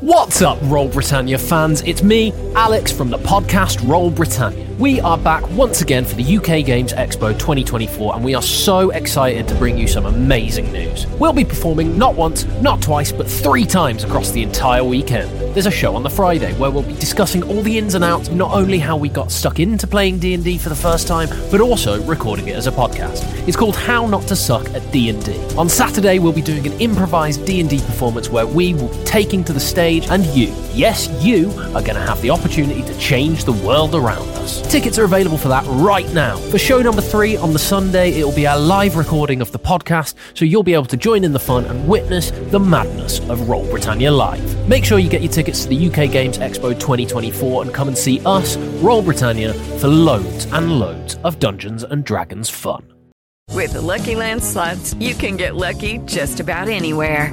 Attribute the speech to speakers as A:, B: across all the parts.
A: What's up, Roll Britannia fans? It's me, Alex, from the podcast Roll Britannia. We are back once again for the UK Games Expo 2024, and we are so excited to bring you some amazing news. We'll be performing not once, not twice, but three times across the entire weekend. There's a show on the Friday where we'll be discussing all the ins and outs, not only how we got stuck into playing D&D for the first time, but also recording it as a podcast. It's called How Not to Suck at D&D. On Saturday, we'll be doing an improvised D&D performance where we will be taking to the stage and you, yes, you, are going to have the opportunity to change the world around us. Tickets are available for that right now. For show number three on the Sunday, it will be our live recording of the podcast, so you'll be able to join in the fun and witness the madness of Roll Britannia Live. Make sure you get your tickets to the UK Games Expo 2024 and come and see us, Roll Britannia, for loads and loads of Dungeons and Dragons fun.
B: With the Lucky Land slots, you can get lucky just about anywhere.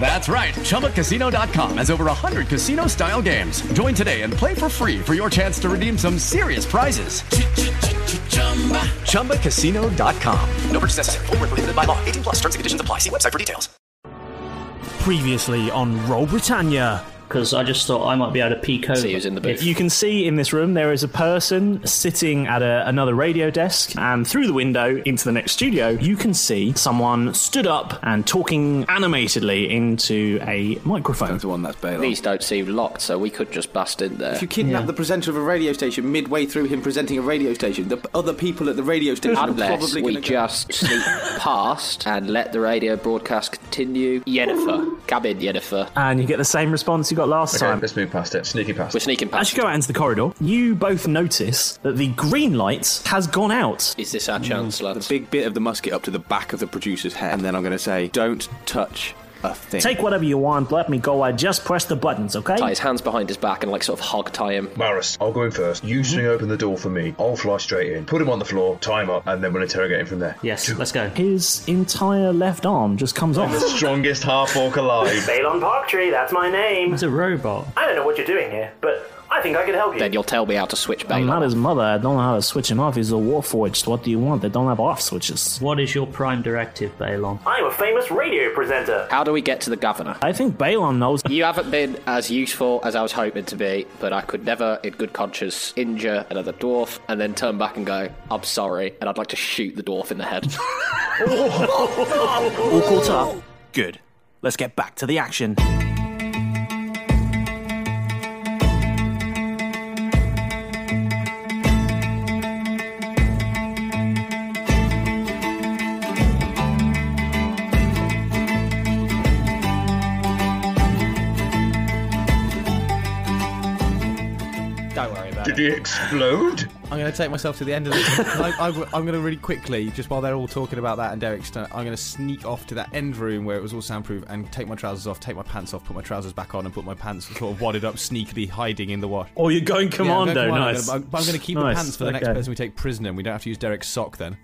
C: That's right. ChumbaCasino.com has over 100 casino style games. Join today and play for free for your chance to redeem some serious prizes. ChumbaCasino.com. No purchase necessary. Void where prohibited by law. 18 plus terms and conditions apply. See website for details.
D: Previously on Roll Britannia.
E: because I just thought I might be able to peek over.
F: See who's in the booth.
D: You can see in this room there is a person sitting at a, another radio desk, and through the window into the next studio, you can see someone stood up and talking animatedly into a microphone.
G: the one that's bail.
F: These don't seem locked, so we could just bust in there.
G: If you kidnap the presenter of a radio station midway through him presenting a radio station, the p- other people at the radio station are
F: Unless
G: probably
F: we
G: going
F: just sneak past and let the radio broadcast continue. Yennefer, come in, Yennefer.
D: And you get the same response you got last
H: Okay,
D: time.
H: let's move past it. Sneaky past.
F: We're sneaking
D: As
F: past.
D: you go out into the corridor, you both notice that the green light has gone out.
F: Is this our chance,
G: the
F: lads?
G: big bit of the musket up to the back of the producer's head, and then I'm going to say, "Don't touch a thing."
D: Take whatever you want, let me go, I just press the buttons, okay?
F: Tie his hands behind his back and like sort of hog tie him.
H: Maris, I'll go in first. You
D: Mm-hmm.
H: swing open the door for me. I'll fly straight in. Put him on the floor, tie him up, and then we'll interrogate him from there.
E: Yes, let's go.
D: His entire left arm just comes off.
H: The strongest half orc alive.
I: Balon Parktree, that's my name.
E: He's a robot.
I: I don't know what you're doing here, but I think I can help you.
F: Then you'll tell me how to switch
D: I'm not
F: back.
D: his mother. I don't know how to switch him off. He's a warforged. What do you want? They don't have off switches.
E: What is your prime directive, Balon?
I: I'm a famous radio presenter.
F: How do we get to the governor?
D: I think Balon knows.
F: You haven't been as useful as I was hoping to be, but I could never, in good conscience, injure another dwarf and then turn back and go, I'm sorry, and I'd like to shoot the dwarf in the head.
I: All caught up.
C: Good.
I: Let's get back to the action.
G: Don't worry about
H: Did he explode?
I: I'm going to take myself to the end of the. I, am going to really quickly, just while they're all talking about that and Derek's, I'm going to sneak off to that end room where it was all soundproof and take my trousers off, take my pants off, put my trousers back on, and put my pants sort of wadded up, sneakily hiding in the wash.
D: Or you're going
I: Yeah, I'm
D: commando.
I: going commando,
D: nice.
I: I'm gonna- but I'm going to keep
D: Nice,
I: the pants for the next
D: okay.
I: person we take prisoner, and we don't have to use Derek's sock then.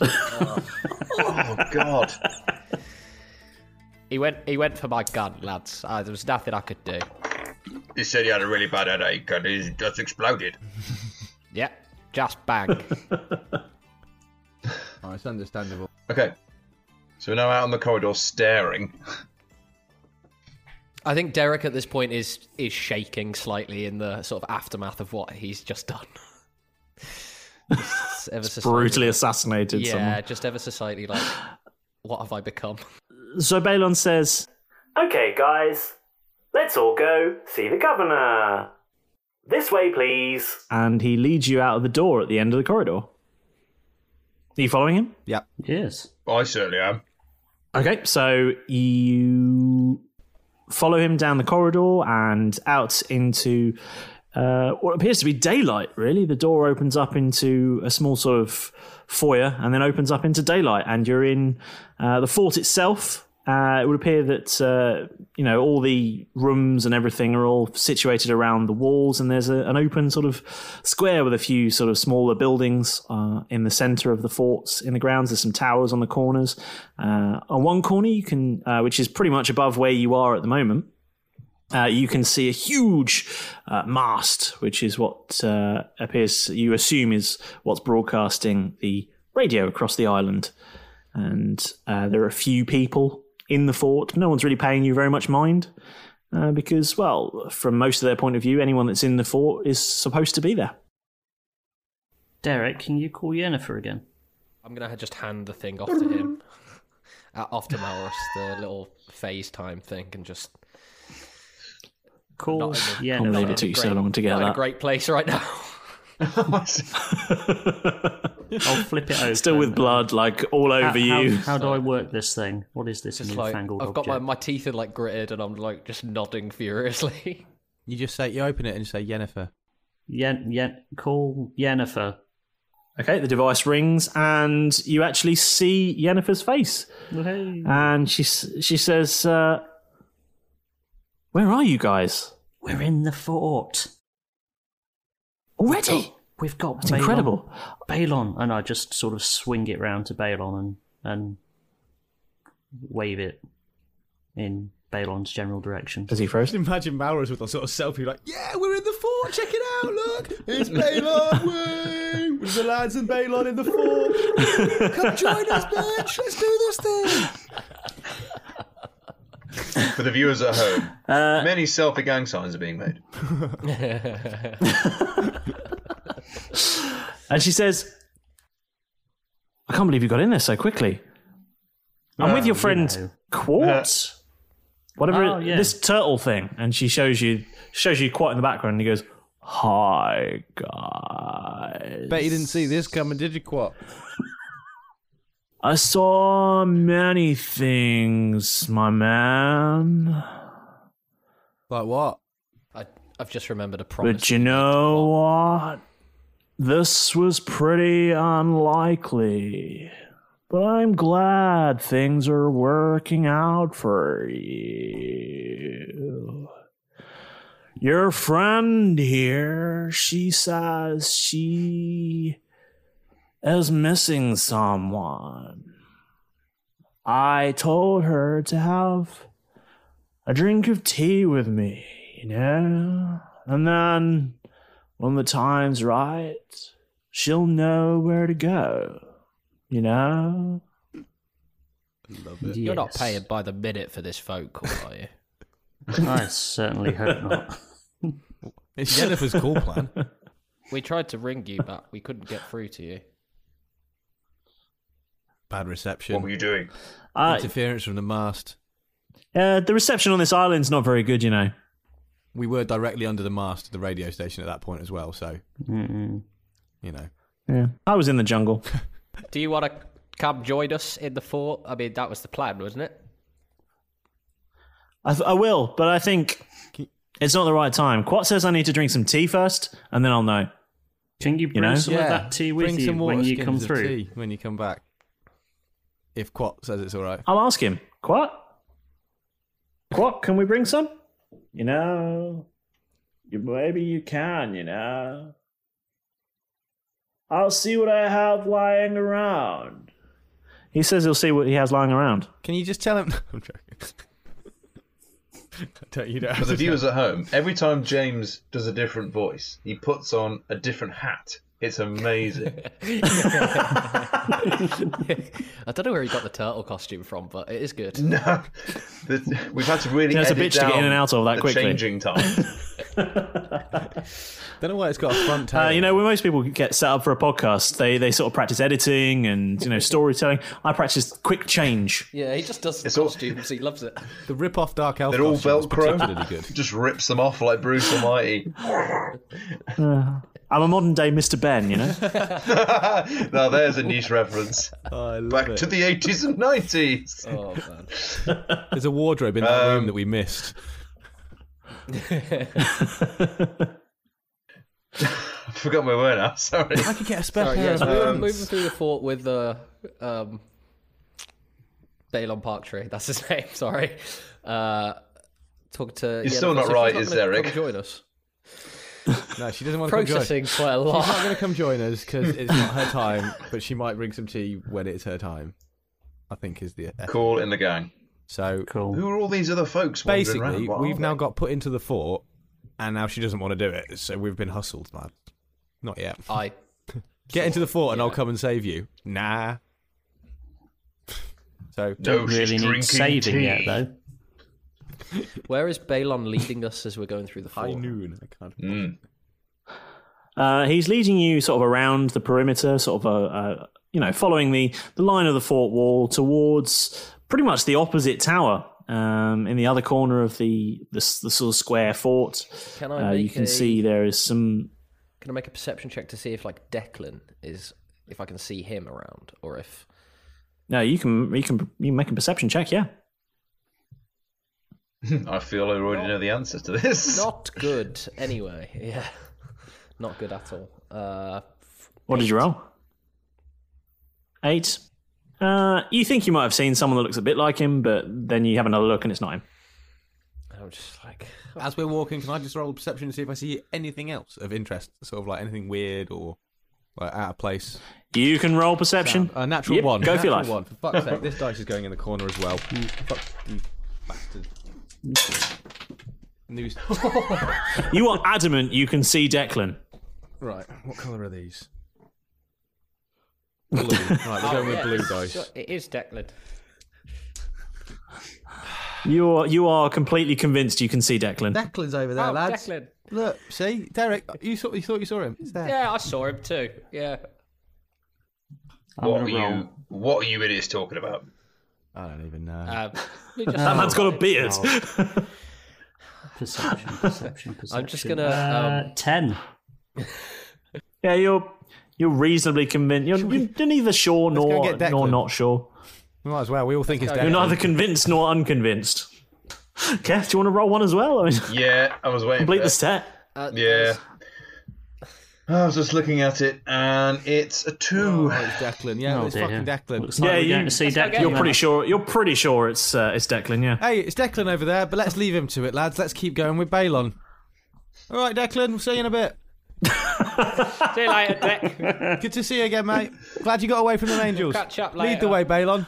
H: Oh god.
F: he went he went for my gun, lads.
J: Uh,
F: there was nothing I could do.
H: He said he had a really bad headache and he just exploded.
F: Yep, just bang.
I: Oh, it's understandable.
H: Okay. So we're now out on the corridor staring.
J: I think Derek at this point is is shaking slightly in the sort of aftermath of what he's just done. Just ever so slightly-
D: brutally assassinated
J: Yeah,
D: someone.
J: just ever so slightly like, what have I become?
D: So Balon says, Okay, guys, let's all go see the governor. This way, please. and he leads you out of the door at the end of the corridor. Are you following him?
I: Yeah.
D: Yes.
H: I certainly am.
D: Okay, so you follow him down the corridor and out into uh, what appears to be daylight, really. The door opens up into a small sort of foyer and then opens up into daylight, and you're in uh, the fort itself. Uh, it would appear that uh, you know all the rooms and everything are all situated around the walls, and there's a, an open sort of square with a few sort of smaller buildings uh, in the centre of the forts in the grounds. There's some towers on the corners. Uh, on one corner, you can, uh, which is pretty much above where you are at the moment, uh, you can see a huge uh, mast, which is what uh, appears you assume is what's broadcasting the radio across the island. And uh, there are a few people in the fort. No one's really paying you very much mind uh, because, well, from most of their point of view, anyone that's in the fort is supposed to be there.
E: Derek, can you call Yennefer again?
J: I'm gonna just hand the thing off to him, uh, off to Malrus, the little phase time thing, and just
E: Cool.
J: yeah,
D: Can't believe it took you so long to get
J: not in a
D: that.
J: great place right now.
E: I'll flip it over.
D: Still with blood, like all over
E: How- how-
D: you.
E: How, do I work this thing? What is this
J: Just like I've
E: newfangled
J: got my,
E: object?
J: my teeth are like gritted, and I'm like just nodding furiously.
I: You just say you open it and you say Yennefer.
E: Yen, Yen, call Yennefer.
D: Okay, the device rings, and you actually see Yennefer's face,
E: Hey.
D: and she s- she says, uh, "Where are you guys?
E: We're in the fort
D: already.
E: We've got
D: That's
E: Balon.
D: incredible.
E: Balon, and I just sort of swing it round to Balon and and wave it in Balon's general direction.
D: Does he froze?
I: Imagine Maurus with a sort of selfie like, yeah, we're in the fort, check it out, look, it's Balon, woo, with the lads and Balon in the fort. Come join us, bitch, let's do this thing.
H: For the viewers at home,
I: Uh,
H: many selfie gang signs are being made.
D: And she says, "I can't believe you got in there so quickly. I'm with your
E: Well,
D: friend
E: you know. Uh,
D: Quartz, whatever
E: Oh,
D: it-
E: yeah.
D: this turtle thing." And she shows you shows you quite in the background. and He goes, "Hi guys."
I: Bet you didn't see this coming, did you, Quat?
D: I saw many things, my man.
I: Like what?
J: I, I've just remembered a promise.
D: But you know what? This was pretty unlikely. But I'm glad things are working out for you. Your friend here, she says she is missing someone. I told her to have a drink of tea with me, you know? And then when the time's right, she'll know where to go, you know?
J: You're not paying by the minute for this phone call, are you?
E: I certainly hope not.
I: It's Jennifer's call plan.
J: We tried to ring you, but we couldn't get through to you.
I: Bad reception.
H: What were you doing?
D: Uh,
I: Interference from the mast.
D: Uh, the reception on this island's not very good, you know.
I: We were directly under the mast of the radio station at that point as well, so,
E: Mm-mm.
I: you know.
D: Yeah. I was in the jungle.
J: Do you want to come join us in the fort? I mean, that was the plan, wasn't it?
D: I, th- I will, but I think it's not the right time. Quat says I need to drink some tea first, and then I'll know.
E: Can you bring
D: know?
E: some of that tea with
I: Bring
E: you
I: some water
E: when you
I: skins
E: come
I: of
E: through?
I: tea when you come back. If Quat says it's all right.
D: I'll ask him. Quat? Quat, can we bring some? You know, you, maybe you can, you know. I'll see what I have lying around. He says he'll see what he has lying around.
I: Can you just tell him? I'm joking. don't, you don't
H: For
I: have
H: the
I: to
H: viewers
I: tell-
H: at home, every time James does a different voice, he puts on a different hat It's amazing.
J: I don't know where he got the turtle costume from, but it is good.
H: No, The- we've had to really.
J: That's a
H: edit
J: bitch to get
H: down
J: in and out of that
H: the
J: quickly.
H: Changing time.
I: Don't know why it's got a front
D: Uh, you know, when most people get set up for a podcast, they they sort of practice editing and you know storytelling. I practice quick change.
J: Yeah, he just does costumes. He loves it.
I: The rip-off Dark Elf.
H: They're all
I: costume was
H: Velcro.
I: particularly good.
H: Just rips them off like Bruce Almighty.
D: Uh, I'm a modern day Mr. Ben, you know.
H: now there's a niche reference. Back
I: Oh, it.
H: to the 80s and 90s.
J: Oh man.
I: There's a wardrobe in that room that we missed.
H: I forgot my word now. Sorry.
I: I could get a spare
J: Sorry,
I: pair
J: yeah,
I: of
J: so we were
I: hands.
J: moving through the fort with the um, Balon Parktree. That's his name. Sorry. Uh, talk to.
H: You're still not right, is there, Eric?
J: Join us.
I: No, she doesn't want to
J: Processing
I: come join.
J: quite a lot.
I: She's not going to come join us because it's not her time. But she might bring some tea when it's her time. I think is the
H: Cool in the gang.
I: So
H: Who are all these other folks? wandering
I: basically,
H: around? What
I: we've
H: are
I: now got put into the fort, and now she doesn't want to do it. So we've been hustled, man. Not yet.
J: I
I: get into the fort, and I'll come and save you. Nah. So
E: Don't really need saving yet, though.
J: Where is Balon leading us as we're going through the fort? High
I: noon. I can't.
H: Hmm.
D: Uh, he's leading you sort of around the perimeter, sort of, uh, uh, you know, following the, the line of the fort wall towards pretty much the opposite tower um, in the other corner of the, the, s- the sort of square fort.
J: Can I
D: uh, you
J: make
D: can
J: a-
D: see there is some.
J: Can I make a perception check to see if like Declan is if I can see him around or if
D: No, you can you can you can make a perception check, yeah.
H: they- I feel I already know the answer to this.
J: not good anyway. Yeah. Not good at all. Uh
D: What did you roll? Eight. Uh, you think you might have seen someone that looks a bit like him, but then you have another look and it's not him.
J: I'm just like
I: As we're walking, can I just roll perception to see if I see anything else of interest? Sort of like anything weird or like out of place.
D: You can roll perception.
I: A uh, natural
D: Yep,
I: one.
D: Go for your
I: natural
D: life.
I: One. For fuck's sake, this dice is going in the corner as well. You fuck you bastard. News.
D: you are adamant you can see Declan.
I: right, what colour are these? Blue. Right, we're going with blue dice.
J: It is Declan.
D: You are you are completely convinced you can see Declan.
I: Declan's over there,
J: Oh,
I: lads.
J: Declan.
I: Look, see, Derek, you thought you thought you saw him. It's there.
J: Yeah, I saw him too. Yeah.
H: What are you? What are you idiots talking about?
I: I don't even know.
J: Um,
D: That man's
I: Oh,
D: got a beard.
E: Perception, perception, perception.
J: I'm just gonna,
E: Uh, ten.
D: Yeah, you're you're reasonably convinced. You're, you're neither sure
I: go
D: nor
I: and get
D: nor
I: Declan.
D: not sure.
I: We might as well. We all think it's
D: You're
I: Declan.
D: neither convinced nor unconvinced. Kath, do you want to roll one as well? I mean,
H: Yeah, I was waiting.
D: complete
H: for
D: the
H: it.
D: set.
H: Yeah. I was just looking at it, and it's a two.
I: it's Declan. Yeah,
D: Oh,
I: it's
D: dear.
I: fucking Declan.
D: Yeah,
E: we're
D: you,
E: going to see Declan
D: You're
E: now.
D: pretty sure. You're pretty sure it's uh, it's Declan. Yeah.
I: Hey, it's Declan over there, but let's leave him to it, lads. Let's keep going with Balon. All right, Declan, we'll see you in a bit.
E: See you later, Deck.
I: Good to see you again, mate. Glad you got away from the Angels.
J: catch up
I: Lead
J: later.
I: the way, Balon.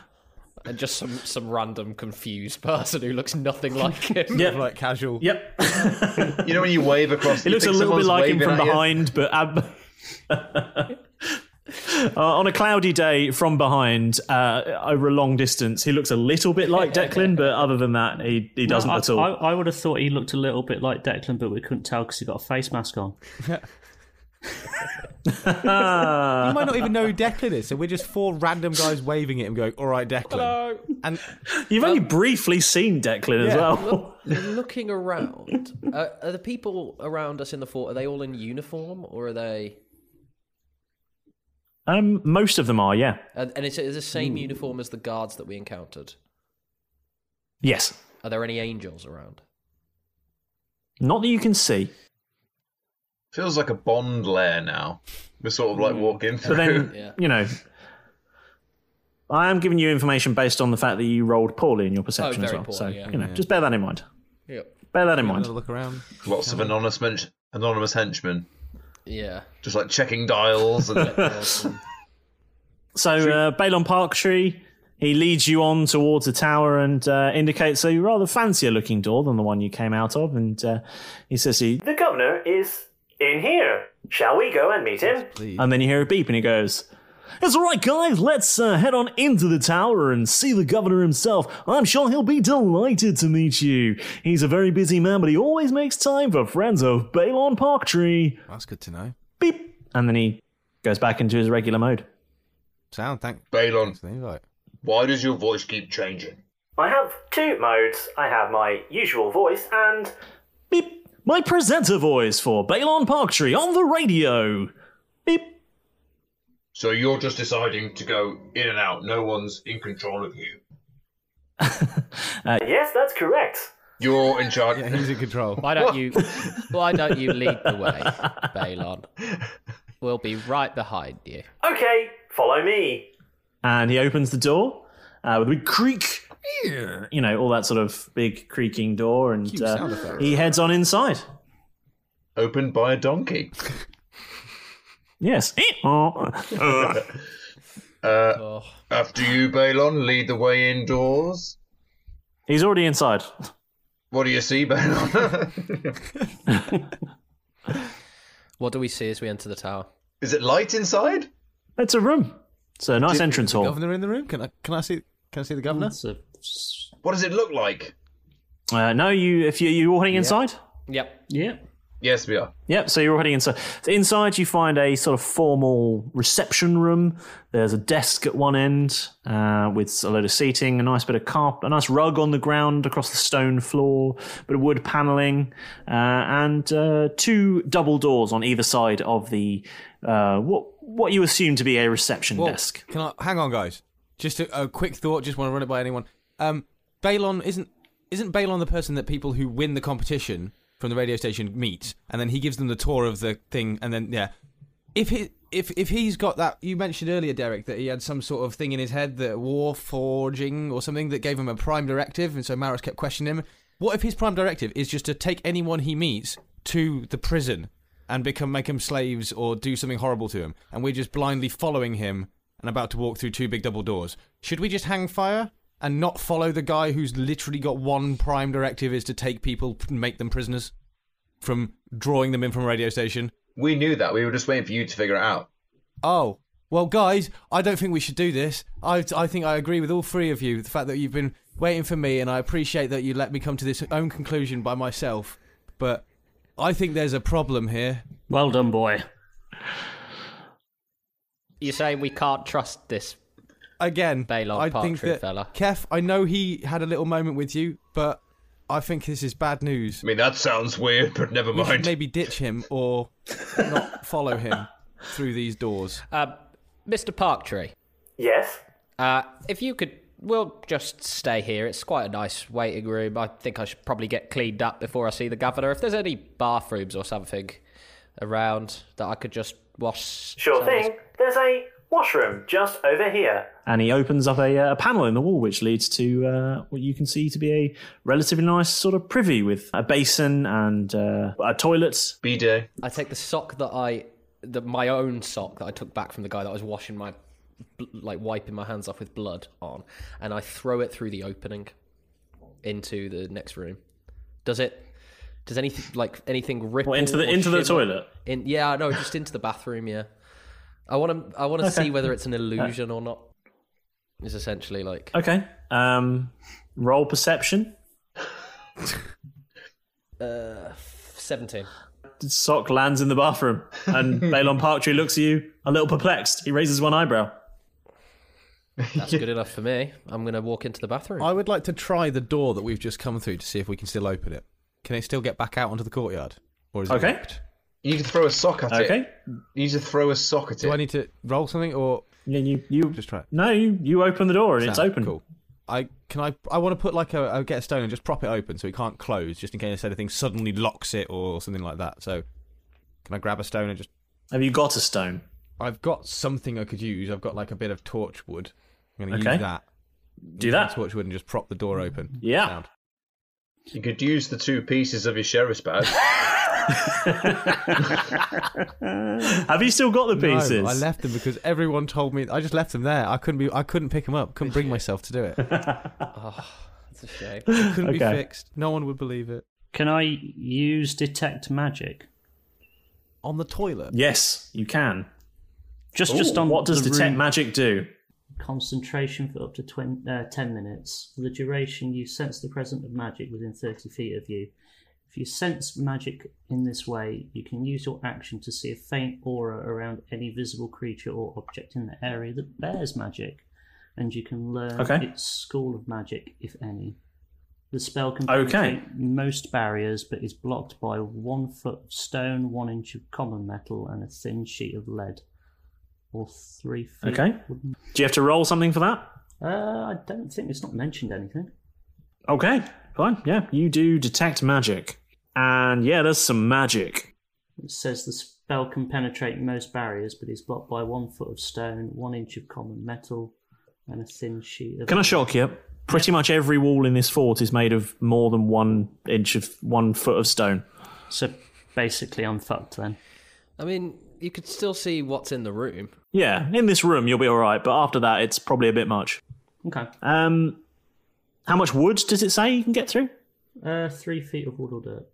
J: And just some some random confused person who looks nothing like him.
D: Yep.
I: Like casual.
D: Yep.
H: You know when you wave across.
D: It
H: you
D: looks a
H: think
D: little
H: someone's
D: bit like him
H: waving
D: from
H: at you.
D: behind, but ab- Uh, on a cloudy day from behind uh, over a long distance, he looks a little bit like Declan, but other than that, he, he doesn't
E: I,
D: at all.
E: I, I would have thought he looked a little bit like Declan, but we couldn't tell because he got a face mask on.
I: You might not even know who Declan is, so we're just four random guys waving at him, going, "All right, Declan."
J: Hello.
I: And
D: You've only
H: Um,
D: briefly seen Declan as
I: Yeah.
D: well.
J: Looking around, uh, are the people around us in the fort? Are they all in uniform, or are they?
D: Um, most of them are, yeah.
J: And, and it's, it's the same
H: Hmm.
J: uniform as the guards that we encountered.
D: Yes.
J: Are there any angels around?
D: Not that you can see.
H: Feels like a Bond lair now. We're sort of like
J: Hmm.
H: walking through.
D: But then, you know, I am giving you information based on the fact that you rolled poorly in your perception as
J: Oh, very poorly,
D: well. so,
J: yeah.
D: you know, just bear that in mind.
J: Yep.
D: Bear that in mind.
I: another look around.
H: Lots of anonymous men- anonymous henchmen,
J: Yeah.
H: just like checking dials and
D: So uh, Balon Parktree, he leads you on towards the tower and uh, indicates a rather fancier looking door than the one you came out of, and uh, he says, to you, "The governor is
K: In here. Shall we go and meet him?
D: And then you hear a beep and he goes, It's all right, guys. Let's uh, head on into the tower and see the governor himself. I'm sure he'll be delighted to meet you. He's a very busy man, but he always makes time for friends of Balon Park Tree.
I: That's good to know.
D: Beep. And then he goes back into his regular mode.
I: Sound, thank
H: Balon, why does your voice keep changing?
K: I have two modes. I have my usual voice and
D: My presenter voice for Balon Park Tree on the radio.
H: So you're just deciding to go in and out. No one's in control of you.
D: Uh, yes, that's correct.
H: You're in charge.
I: Yeah, he's in control.
J: Why don't you? Why don't you lead the way, Balon? We'll be right behind you.
K: Okay, follow me.
D: And he opens the door uh, with a big creak. You know, all that sort of big creaking door, and
H: Cute sound
D: uh,
H: effect.
D: he heads on inside.
H: Opened by a donkey.
D: yes.
K: Oh,
H: uh, After you, Balon, lead the way indoors.
D: He's already inside.
H: What do you see, Balon?
J: What do we see as we enter the tower?
H: Is it light inside?
D: It's a room. It's a nice entrance hall.
I: Governor in the room? Can I can I see can I see the governor?
H: What does it look like?
D: Uh, no, you if you you all heading inside.
J: Yep.
D: Yep.
H: Yes, we are.
D: Yep. So you're all heading inside. So inside, you find a sort of formal reception room. There's a desk at one end uh, with a load of seating, a nice bit of carpet, a nice rug on the ground across the stone floor, bit of wood paneling, uh, and uh, two double doors on either side of the uh, what what you assume to be a reception
I: Well,
D: desk.
I: Can I hang on, guys? Just a, a quick thought. Just want to run it by anyone. Um, Balon isn't isn't Balon the person that people who win the competition from the radio station meet, and then he gives them the tour of the thing, and then yeah, if he. If if he's got that, you mentioned earlier, Derek, that he had some sort of thing in his head that war forging or something that gave him a prime directive, and so Maris kept questioning him. What if his prime directive is just to take anyone he meets to the prison and become make him slaves or do something horrible to him, and we're just blindly following him and about to walk through two big double doors. Should we just hang fire and not follow the guy who's literally got one prime directive is to take people, p- make them prisoners, from drawing them in from a radio station?
H: We knew that. We were just waiting for you to figure it out.
I: Oh. Well, guys, I don't think we should do this. I, I think I agree with all three of you. The fact that you've been waiting for me, and I appreciate that you let me come to this own conclusion by myself. But I think there's a problem here.
E: Well done, boy.
J: You're saying we can't trust this
I: again?
J: Balon
I: I
J: Park
I: think
J: Tree
I: that
J: fella.
I: Kef, I know he had a little moment with you, but I think this is bad news.
H: I mean, that sounds weird, but never
I: We should
H: mind.
I: maybe ditch him or not follow him through these doors.
J: Um, Mr. Parktree.
K: Yes.
J: Uh, if you could, we'll just stay here. It's quite a nice waiting room. I think I should probably get cleaned up before I see the governor. If there's any bathrooms or something around that I could just wash.
K: Sure
J: some of this-
K: thing. There's a washroom just over here.
D: and he opens up a, uh, a panel in the wall, which leads to uh, what you can see to be a relatively nice sort of privy with a basin and uh, a toilet.
H: Bidet.
J: I take the sock that I, the, my own sock that I took back from the guy that I was washing my, bl- like wiping my hands off with blood on, and I throw it through the opening into the next room. Does it? Does anything like anything ripple
D: into the-
J: or
D: into the
J: shimmer?
D: toilet?
J: In yeah, no, just into the bathroom. Yeah, I want to. I want to
D: Okay.
J: see whether it's an illusion or not. It's essentially like
D: Eh. Okay. Um, roll perception.
J: uh, seventeen.
D: Sock lands in the bathroom, and Balon Parktree looks at you, a little perplexed. He raises one eyebrow.
J: That's good enough for me. I'm gonna walk into the bathroom.
I: I would like to try the door that we've just come through to see if we can still open it. Can it still get back out onto the courtyard? Or is
D: Okay.
I: it locked?
H: You need to throw a sock at it.
I: Okay.
H: You need to throw a sock at it.
I: Do I need to roll something or
D: Yeah, you, you
I: just try it.
D: No, you, you open the door and it's
I: Sound.
D: open.
I: Cool. I can I I want to put like a, a get a stone and just prop it open so it can't close just in case anything suddenly locks it or something like that. So can I grab a stone and just
D: Have you got a stone?
I: I've got something I could use. I've got like a bit of torch wood. I'm going to
D: Okay.
I: use that.
D: Do that.
I: Torch wood and just prop the door open.
D: Yeah.
H: You could use the two pieces of your sheriff's badge.
D: Have you still got the
I: No,
D: pieces?
I: I left them because everyone told me I just left them there. I couldn't be I couldn't pick them up. Couldn't bring myself to do it.
J: Ah, That's a shame.
I: It couldn't be
E: Okay.
I: fixed. No one would believe it.
E: Can I use detect magic?
I: on the toilet?
D: Yes, you can.
E: Just- just on
D: What does
E: the
D: detect
E: room-
D: magic do?
E: Concentration for up to 20, uh, 10 minutes. For the duration, you sense the presence of magic within 30 feet of you. If you sense magic in this way, you can use your action to see a faint aura around any visible creature or object in the area that bears magic, and you can learn
D: Okay.
E: its school of magic, if any. The spell can
D: Okay.
E: penetrate most barriers, but is blocked by one foot of stone, one inch of common metal, and a thin sheet of lead, or three feet.
D: Okay. Do you have to roll something for that?
E: Uh, I don't think it's not mentioned anything.
D: Okay, fine. Yeah, you do detect magic. And yeah, there's some magic.
E: It says the spell can penetrate most barriers, but is blocked by one foot of stone, one inch of common metal, and a thin sheet of.
D: Can I shock you? Pretty much every wall in this fort is made of more than one inch of one foot of stone.
E: So basically, I'm fucked then.
J: I mean, you could still see what's in the room.
D: Yeah, in this room you'll be all right, but after that it's probably a bit much.
E: Okay.
D: Um, how much wood does it say you can get through?
E: Uh, three feet of wood or dirt.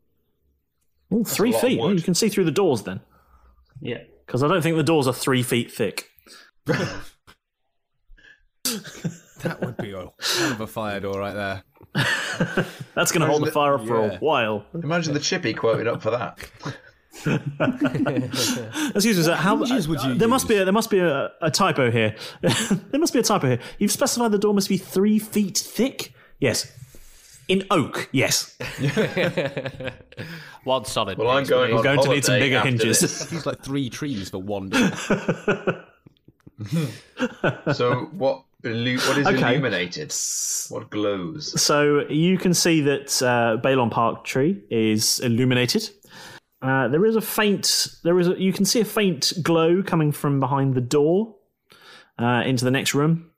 D: Ooh,
E: That's
D: three
E: a lot of
D: feet. Oh, you can see through the doors then,
E: Yeah.
D: because I don't think the doors are three feet thick.
I: That would be a hell of a fire door right there.
D: That's going to hold the fire up for a
H: yeah.
D: while.
H: Imagine the chippy quoted up for that.
D: Excuse me, sir. How there must be a, there must be a, a typo here. there must be a typo here. You've specified the door must be three feet thick. Yes, in oak. Yes.
J: One solid.
H: Well, I'm going
D: We're
H: on
D: going to need some
H: holiday
D: bigger
H: after
D: hinges.
H: this.
I: He's like three trees for one door.
H: so what? Illu- what is
D: Okay.
H: illuminated? What glows?
D: So you can see that uh, Balon Park tree is illuminated. Uh, there is a faint. There is. A, you can see a faint glow coming from behind the door uh, into the next room.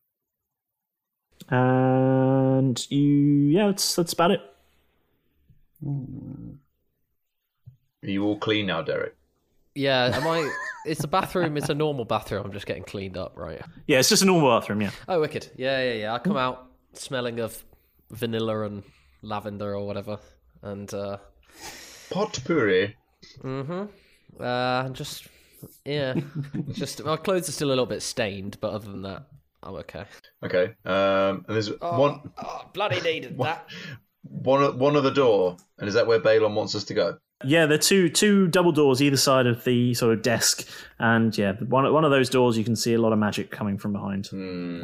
D: And you, yeah, that's that's about it.
H: Are you all clean now, Derek?
J: Yeah, am I? It's a bathroom. It's a normal bathroom. I'm just getting cleaned up, right?
D: Yeah, it's just a normal bathroom. Yeah.
J: Oh, wicked. Yeah, yeah, yeah. I come out smelling of vanilla and lavender or whatever, and uh,
H: Potpourri.
J: mm-hmm. Uh, just yeah, just my clothes are still a little bit stained, but other than that, I'm okay.
H: Okay. Um, and there's one,
J: oh, bloody needed that.
H: one, one other door, and is that where Balon wants us to go?
D: Yeah, there are two two double doors either side of the sort of desk, and yeah, one one of those doors you can see a lot of magic coming from behind.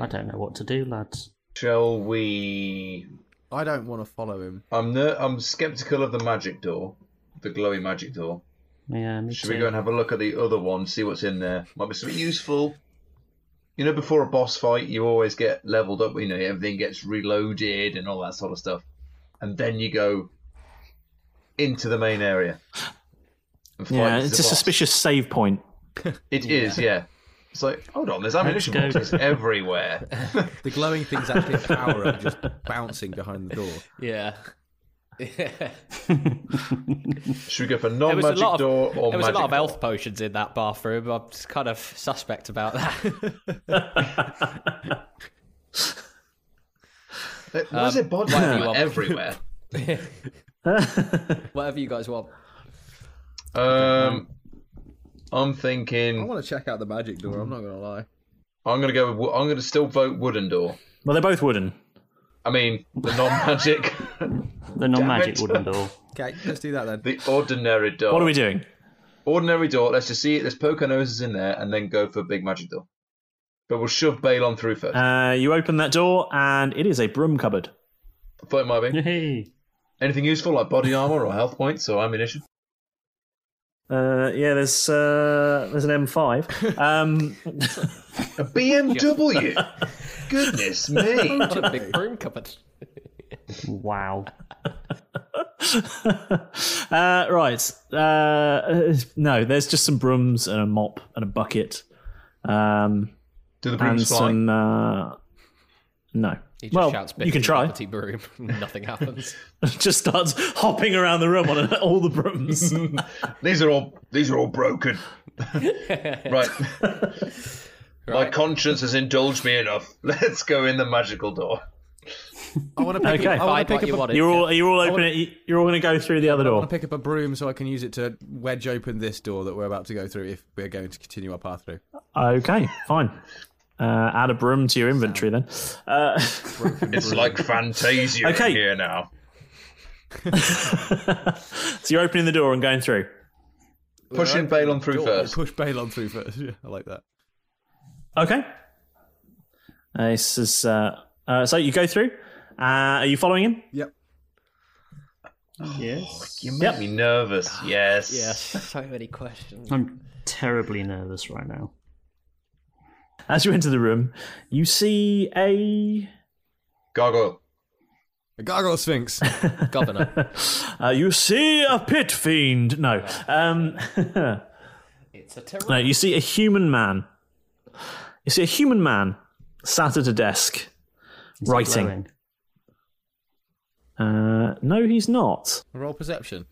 E: I don't know what to do, lads.
H: Shall we?
I: I don't want to follow him.
H: I'm ner- I'm skeptical of the magic door, the glowy magic door.
E: Yeah, me
H: Should
E: too.
H: we go and have a look at the other one, see what's in there? Might be something useful. You know, before a boss fight, you always get leveled up. You know, everything gets reloaded and all that sort of stuff, and then you go into the main area. and fight
D: Yeah,
H: the
D: it's a
H: boss.
D: suspicious save point.
H: It is, yeah. It's like, hold on, there's ammunition
D: Let's go.
H: boxes everywhere.
I: The glowing thing's actually a power up just bouncing behind the door.
J: Yeah.
H: Should we go for
J: There was a
H: non-magic
J: lot of,
H: door or
J: there was a
H: magic
J: lot of
H: door?
J: elf potions in that bathroom. I'm just kind of suspect about that.
H: Like, Why is
J: Um,
H: it body
J: whatever
H: armor
J: you want.
H: everywhere?
J: Whatever you guys want.
H: Um, I'm thinking. I
I: want to check out the magic door. I'm not going to lie.
H: I'm going to go. With, wo- I'm going to still vote wooden door.
D: Well, they're both wooden.
H: I mean, the non-magic.
E: the
H: non-magic
E: wooden door.
I: Okay, let's do that then.
H: The ordinary door.
D: What are we doing?
H: Ordinary door. Let's just see it. Let's poke our noses in there and then go for big magic door. But we'll shove Balon through first.
D: Uh, you open that door, and it is a broom cupboard.
H: I thought it might be. Anything useful like body armor or health points or ammunition?
D: Uh, yeah, there's uh, there's an M5. Um,
H: a BMW. Goodness me!
J: What a big broom cupboard.
E: Wow.
D: uh, right. Uh, no, there's just some brooms and a mop and a bucket. Um,
H: Do the
D: and
H: brooms fly?
D: some, uh, no.
J: He just
D: well,
J: shouts
D: you can try.
J: Property broom. Nothing happens.
D: just starts hopping around the room on all the brooms.
H: these are all these are all broken. right. My conscience has indulged me enough. Let's go in the magical door.
I: I want to pick. I want to pick up. a-
D: You're all you're all
I: I wanna-
D: opening. You're all going to go through the other
I: I
D: door.
I: want to pick up a broom so I can use it to wedge open this door that we're about to go through if we're going to continue our path through.
D: Okay, fine. Uh, add a broom to your inventory then. Uh,
H: It's like Fantasia
D: Okay.
H: in here now.
D: so you're opening the door and going through.
H: Pushing Balon through first.
I: Push Balon through first. Yeah, I like that.
D: Okay. Uh, this is uh, uh, so you go through. Uh, are you following him?
I: Yep.
E: Yes.
H: You make me nervous. Yes. Yes.
J: So many questions.
E: I'm terribly nervous right now.
D: As you enter the room, you see a
H: gargoyle.
I: A gargoyle sphinx.
J: Governor.
D: uh, you see a pit fiend. No. Um,
J: It's a terrible.
D: no. You see a human man. You see a human man sat at a desk,
E: Is he
D: writing.
E: glowing?
D: Uh, no, he's not.
I: Roll perception.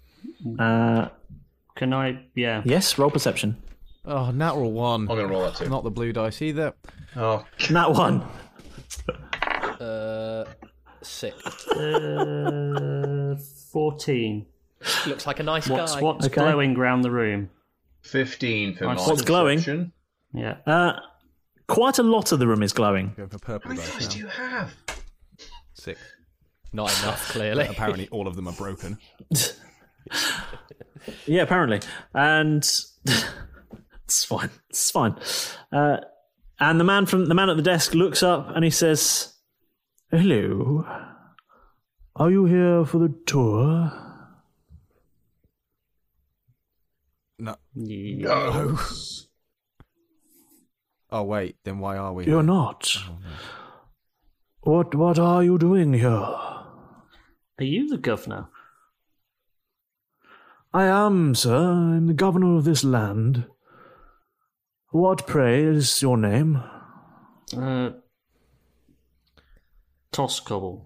D: Uh,
E: Can I? Yeah.
D: Yes. Roll perception.
I: Oh, natural one. I'm
H: gonna roll that too.
I: Not the blue dice either.
H: Oh,
D: Nat one.
J: Uh, sick.
E: Uh, 14.
J: Looks like a nice
E: What's,
J: guy.
E: what's glowing round the room?
H: 15 for
E: Nice.
H: my
E: What's
D: glowing?
H: perception.
E: Yeah.
D: Uh, quite a lot of the room is glowing.
I: Go for purple dice.
H: What do you have?
I: Sick.
J: Not enough, clearly.
I: Apparently, all of them are broken.
D: Yeah, apparently. And it's fine. It's fine. Uh, and the man from the man at the desk looks up and he says, "Hello. Are you here for the tour?"
I: No.
E: No.
I: Oh wait, then why are we?
D: You're
I: here?
D: not. What What are you doing here?
E: Are you the governor?
D: I am, sir. I'm the governor of this land. What pray is your name?
E: Uh, Toscobble.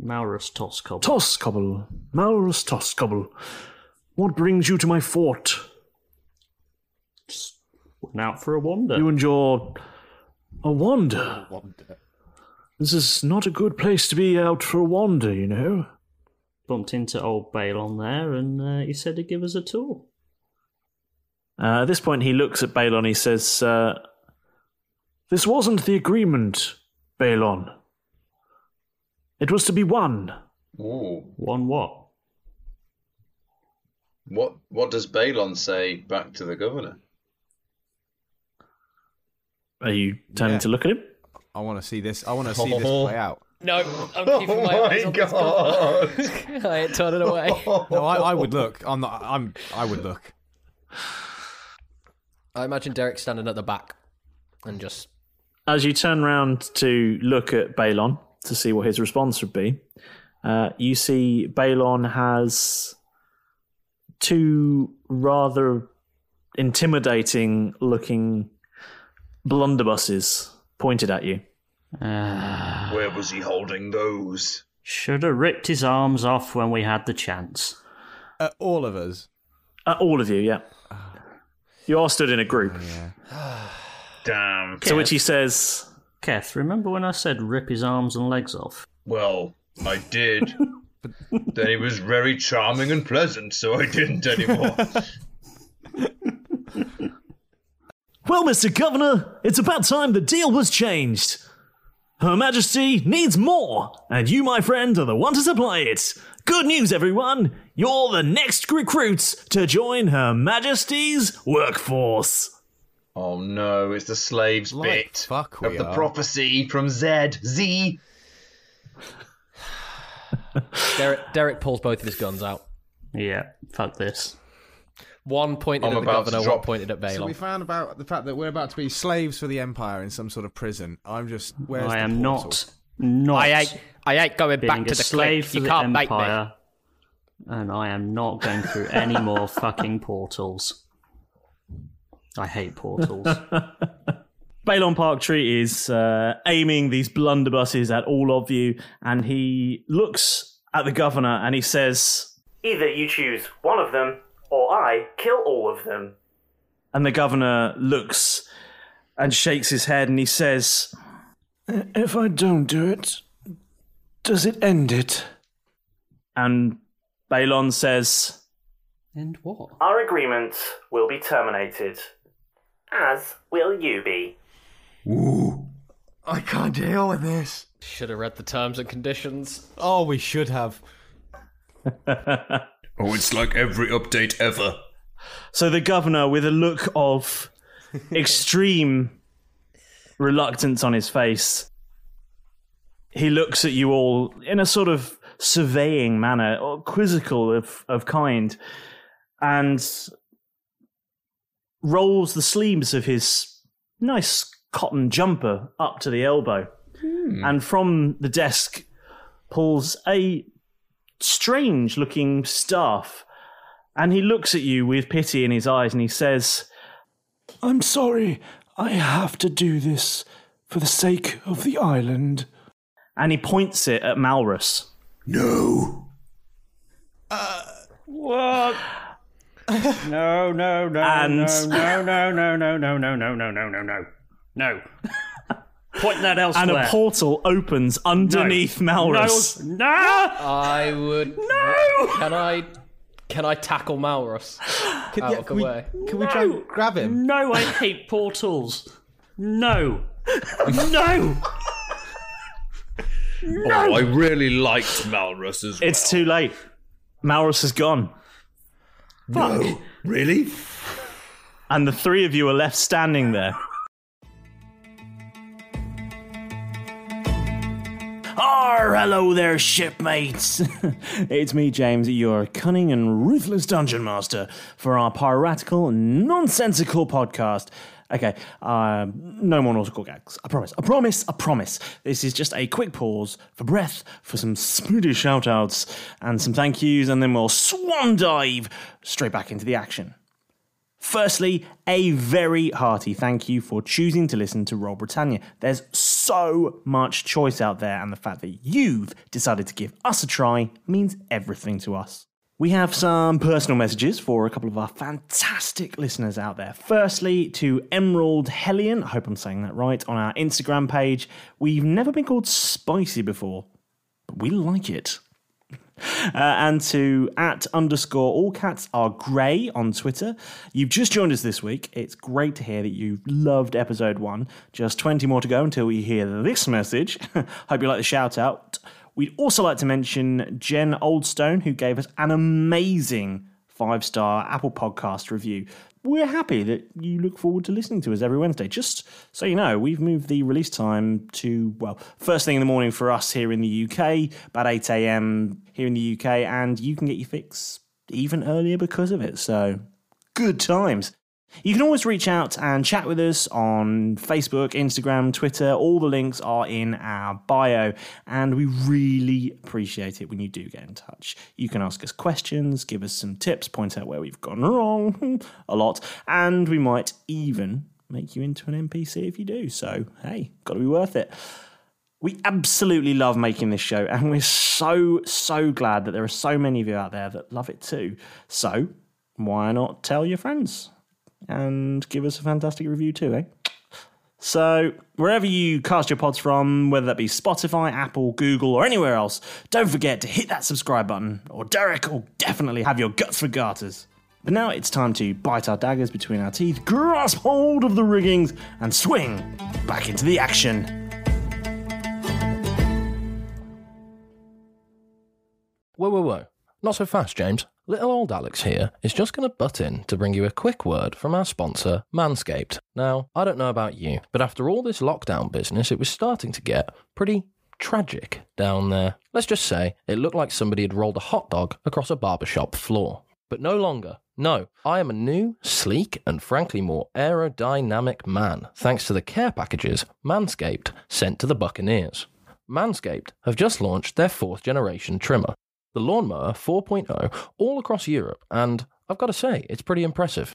E: Maurus Toscobble.
D: Toscobble, Malrus Toscobble. What brings you to my fort?
E: Went out for a wander.
D: You and your a wander. This is not a good place to be out for a wander, you know.
E: Bumped into old Bale on there, and uh, he said he'd give us a tour.
D: Uh, at this point, he looks at Balon. He says, uh, "This wasn't the agreement, Balon. It was to be one.
H: Ooh.
E: One what?
H: What What does Balon say back to the governor?
D: Are you turning
I: Yeah.
D: to look at him?
I: I want to see this. I want to see this play out.
J: No, I'm
H: Oh
J: keeping my eyes
H: my
J: on this guy. I ain't turning away.
I: No, I, I would look. I'm not. I'm. I would look.
J: I imagine Derek standing at the back and just
D: As you turn round to look at Balon to see what his response would be, uh, you see Balon has two rather intimidating looking blunderbusses pointed at you.
H: Where was he holding those?
E: Should have ripped his arms off when we had the chance.
I: Uh, all of us.
D: Uh, all of you, yeah. You are stood in a group.
H: Damn.
D: To which he says,
E: Keth, remember when I said rip his arms and legs off?
H: Well, I did. then he was very charming and pleasant, so I didn't anymore.
D: Well, Mr. Governor, it's about time the deal was changed. Her Majesty needs more, and you, my friend, are the one to supply it. Good news, everyone! You're the next recruits to join Her Majesty's workforce.
H: oh no, it's the slaves
I: Like
H: bit
I: fuck
H: of
I: we
H: the
I: are.
H: prophecy from Zed. Z.
J: Derek. Derek pulls both of his guns out.
E: Yeah, fuck this.
J: One pointed
H: I'm
J: at the
H: about to
J: governor, one
H: drop-
J: pointed at
I: So we
J: Balon.
I: found about the fact that we're about to be slaves for the empire in some sort of prison. I'm just. Where's
E: I
I: the
E: am
I: portal?
E: not, not
J: I ain't. I ain't going
E: being
J: back
E: a
J: to the
E: slave
J: clique.
E: for
J: You
E: the
J: can't make me.
E: empire, and I am not going through any more fucking portals. I hate portals.
D: Balon Park Tree is uh, aiming these blunderbusses at all of you, and he looks at the governor and he says,
K: Either you choose one of them, or I kill all of them.
D: And the governor looks and shakes his head and he says, If I don't do it,
L: Does it end it?
D: And Balon says,
J: And what?
K: Our agreement will be terminated. As will you be.
J: I can't deal with this. Should have read the terms and conditions.
I: Oh, we should have.
M: Oh, it's like every update ever.
D: So the governor, with a look of extreme reluctance on his face, he looks at you all in a sort of surveying manner, or quizzical of, of kind, and rolls the sleeves of his nice cotton jumper up to the elbow. And from the desk pulls a strange looking staff. And he looks at you with pity in his eyes and he says,
L: I'm sorry, I have to do this for the sake of the island.
D: And he points it at Malrus.
L: No.
N: What? no, no, no,
D: And-
N: no, no, no, no, no, no, no, no, no, no, no, no. Point that elsewhere.
D: And a portal opens underneath Malrus.
N: No, no.
J: I would. No. Can I? Can I tackle Malrus out
E: yeah,
J: of the
E: can we-
J: way?
E: Can we try and grab him? No, I hate portals. No. no.
M: Oh, I really liked Malrus as well.
D: It's too late. Malrus is gone.
M: No. Really?
D: And the three of you are left standing there. Arr, hello there, shipmates. it's me, James, your cunning and ruthless dungeon master for our piratical, nonsensical podcast. Okay, uh, no more nautical gags. I promise. I promise. I promise. This is just a quick pause for breath, for some smoothie shout outs, and some thank yous, and then we'll swan dive straight back into the action. Firstly, a very hearty thank you for choosing to listen to Roll Britannia. There's so much choice out there, and the fact that you've decided to give us a try means everything to us. We have some personal messages for a couple of our fantastic listeners out there. Firstly, to Emerald Hellion, I hope I'm saying that right, on our Instagram page. We've never been called spicy before, but we like it. Uh, and to at underscore all cats are grey on Twitter. You've just joined us this week. It's great to hear that you loved episode one. Just 20 more to go until we hear this message. Hope you like the shout out. We'd also like to mention Jen Oldstone, who gave us an amazing five star Apple podcast review. We're happy that you look forward to listening to us every Wednesday. Just so you know, we've moved the release time to, well, first thing in the morning for us here in the UK, about 8 a.m. here in the UK, and you can get your fix even earlier because of it. So good times. You can always reach out and chat with us on Facebook, Instagram, Twitter. All the links are in our bio, and we really appreciate it when you do get in touch. You can ask us questions, give us some tips, point out where we've gone wrong a lot, and we might even make you into an NPC if you do. So, hey, got to be worth it. We absolutely love making this show, and we're so, so glad that there are so many of you out there that love it too. So, why not tell your friends? and give us a fantastic review too, eh? So, wherever you cast your pods from, whether that be Spotify, Apple, Google, or anywhere else, don't forget to hit that subscribe button, or Derek will definitely have your guts for garters. But now it's time to bite our daggers between our teeth, grasp hold of the riggings, and swing back into the action.
O: Whoa, whoa, whoa. Not so fast, James. Little old Alex here is just going to butt in to bring you a quick word from our sponsor, Manscaped. Now, I don't know about you, but after all this lockdown business, it was starting to get pretty tragic down there. Let's just say it looked like somebody had rolled a hot dog across a barbershop floor. But no longer. No, I am a new, sleek, and frankly more aerodynamic man thanks to the care packages Manscaped sent to the Buccaneers. Manscaped have just launched their fourth generation trimmer, the Lawnmower 4.0, all across Europe, and I've got to say, it's pretty impressive.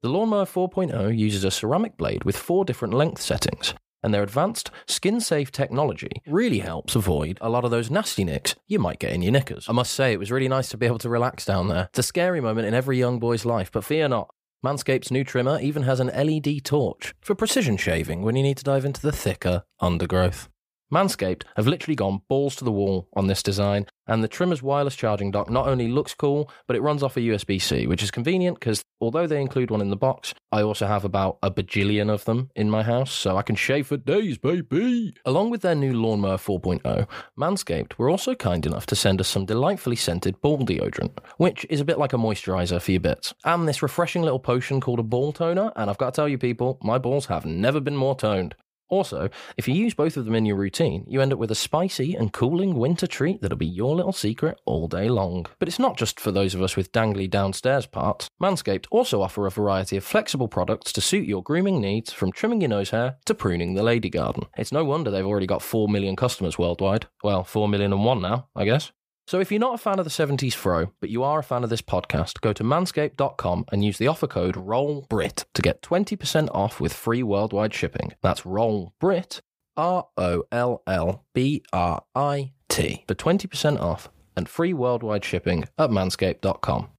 O: The Lawnmower 4.0 uses a ceramic blade with four different length settings, and their advanced skin safe technology really helps avoid a lot of those nasty nicks you might get in your knickers. I must say, it was really nice to be able to relax down there. It's a scary moment in every young boy's life, but fear not. Manscaped's new trimmer even has an LED torch for precision shaving when you need to dive into the thicker undergrowth. Manscaped have literally gone balls to the wall on this design, and the trimmer's wireless charging dock not only looks cool, but it runs off a USB C, which is convenient because although they include one in the box, I also have about a bajillion of them in my house, so I can shave for days, baby. Along with their new Lawnmower 4.0, Manscaped were also kind enough to send us some delightfully scented ball deodorant, which is a bit like a moisturizer for your bits, and this refreshing little potion called a ball toner. And I've got to tell you, people, my balls have never been more toned. Also, if you use both of them in your routine, you end up with a spicy and cooling winter treat that'll be your little secret all day long. But it's not just for those of us with dangly downstairs parts. Manscaped also offer a variety of flexible products to suit your grooming needs, from trimming your nose hair to pruning the lady garden. It's no wonder they've already got 4 million customers worldwide. Well, 4 million and one now, I guess. So if you're not a fan of the 70s fro, but you are a fan of this podcast, go to manscaped.com and use the offer code ROLLBRIT to get 20% off with free worldwide shipping. That's ROLLBRIT, R O L L B R I T, for 20% off and free worldwide shipping at manscaped.com.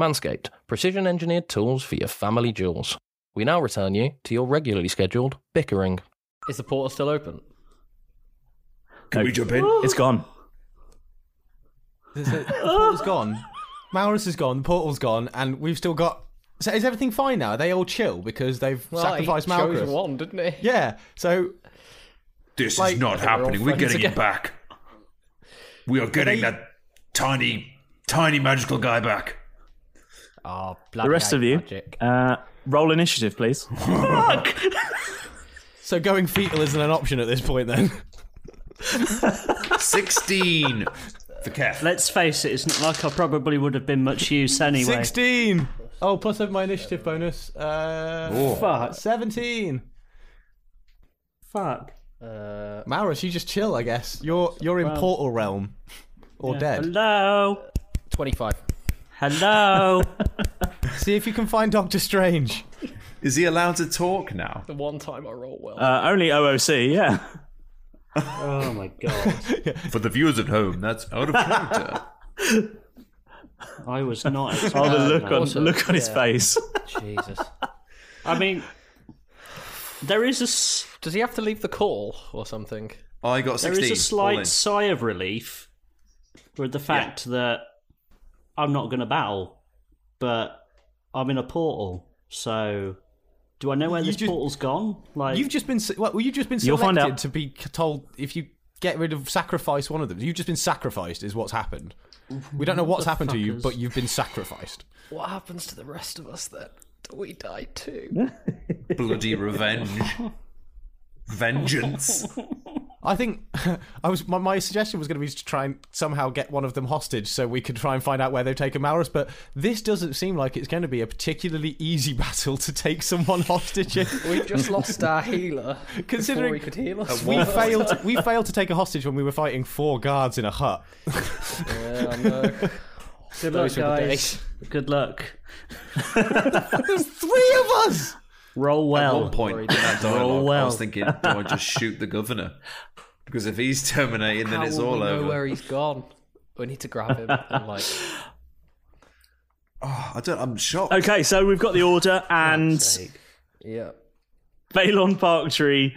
O: Manscaped, precision engineered tools for your family jewels. We now return you to your regularly scheduled bickering.
J: Is the portal still open?
O: Can we jump in?
D: It's gone.
I: The the portal's gone. Maurus is gone. The portal's gone, and we've still got. So is everything fine now? Are they all chill because they've
J: Well,
I: sacrificed
J: he chose
I: Maurus?
J: one, didn't he?
I: Yeah. So
M: This
I: Like-
M: is not
I: They're all
M: happening. We're
I: friends
M: getting
I: again.
M: it back. We are getting that tiny, tiny magical guy back.
J: Oh,
D: the rest of you, uh, roll initiative, please.
I: so going fetal isn't an option at this point then.
M: 16 for Kef.
E: Let's face it, it's not like I probably would have been much use anyway.
I: Sixteen. Oh, plus over my initiative bonus. Uh,
E: Oh.
I: fuck,
E: Fuck.
I: seventeen.
E: Fuck.
J: Uh,
I: Maurus, you just chill, I guess. You're you're in
E: Well-
I: portal realm, or
E: Yeah.
I: dead.
E: Hello.
J: 25.
E: Hello.
I: See if you can find Doctor Strange.
H: Is he allowed to talk now?
J: The one time I roll well.
D: Uh, only OOC, yeah.
E: oh my god.
M: For the viewers at home, that's out of character.
E: I was not.
D: Oh, the
E: expecting
D: look
E: that.
D: on look on his face.
J: Jesus.
E: I mean, there is a. s-
J: Does he have to leave the call or something?
M: I got
E: There
M: 16.
E: is a
M: all in.
E: slight sigh of relief with the fact that I'm not going to battle, but I'm in a portal. So, do I know where
I: You
E: this
I: just-
E: portal's gone? Like,
I: You've just been se- well, you've just been
E: You'll
I: selected
E: find out.
I: to be c- told if you get rid of sacrifice one of them. You've just been sacrificed, is what's happened. We don't know what's happened to you,
J: Motherfuckers.
I: but you've been sacrificed.
J: What happens to the rest of us then? Do we die too?
M: Bloody revenge. Vengeance.
I: I think I was my, my suggestion was going to be to try and somehow get one of them hostage so we could try and find out where they've taken Maurus, but this doesn't seem like it's going to be a particularly easy battle to take someone hostage in.
J: we just lost our healer.
I: Considering-
J: before he could heal us.
I: We failed. We failed to take a hostage when we were fighting four guards in a hut.
J: Yeah, I know.
E: good luck,
J: Those were the
E: guys. Good luck.
I: There's three of us.
E: Roll
M: At
E: well.
M: one point in that
E: Roll
M: dialogue, I
E: well.
M: was thinking, do I just shoot the governor? Because if he's terminating, then
J: How
M: it's
J: will
M: all
J: we know
M: over.
J: where he's gone? We need to grab him and like.
M: Oh, I don't. I'm shocked.
D: Okay, so we've got the order and
J: Yeah.
D: Balon Parktree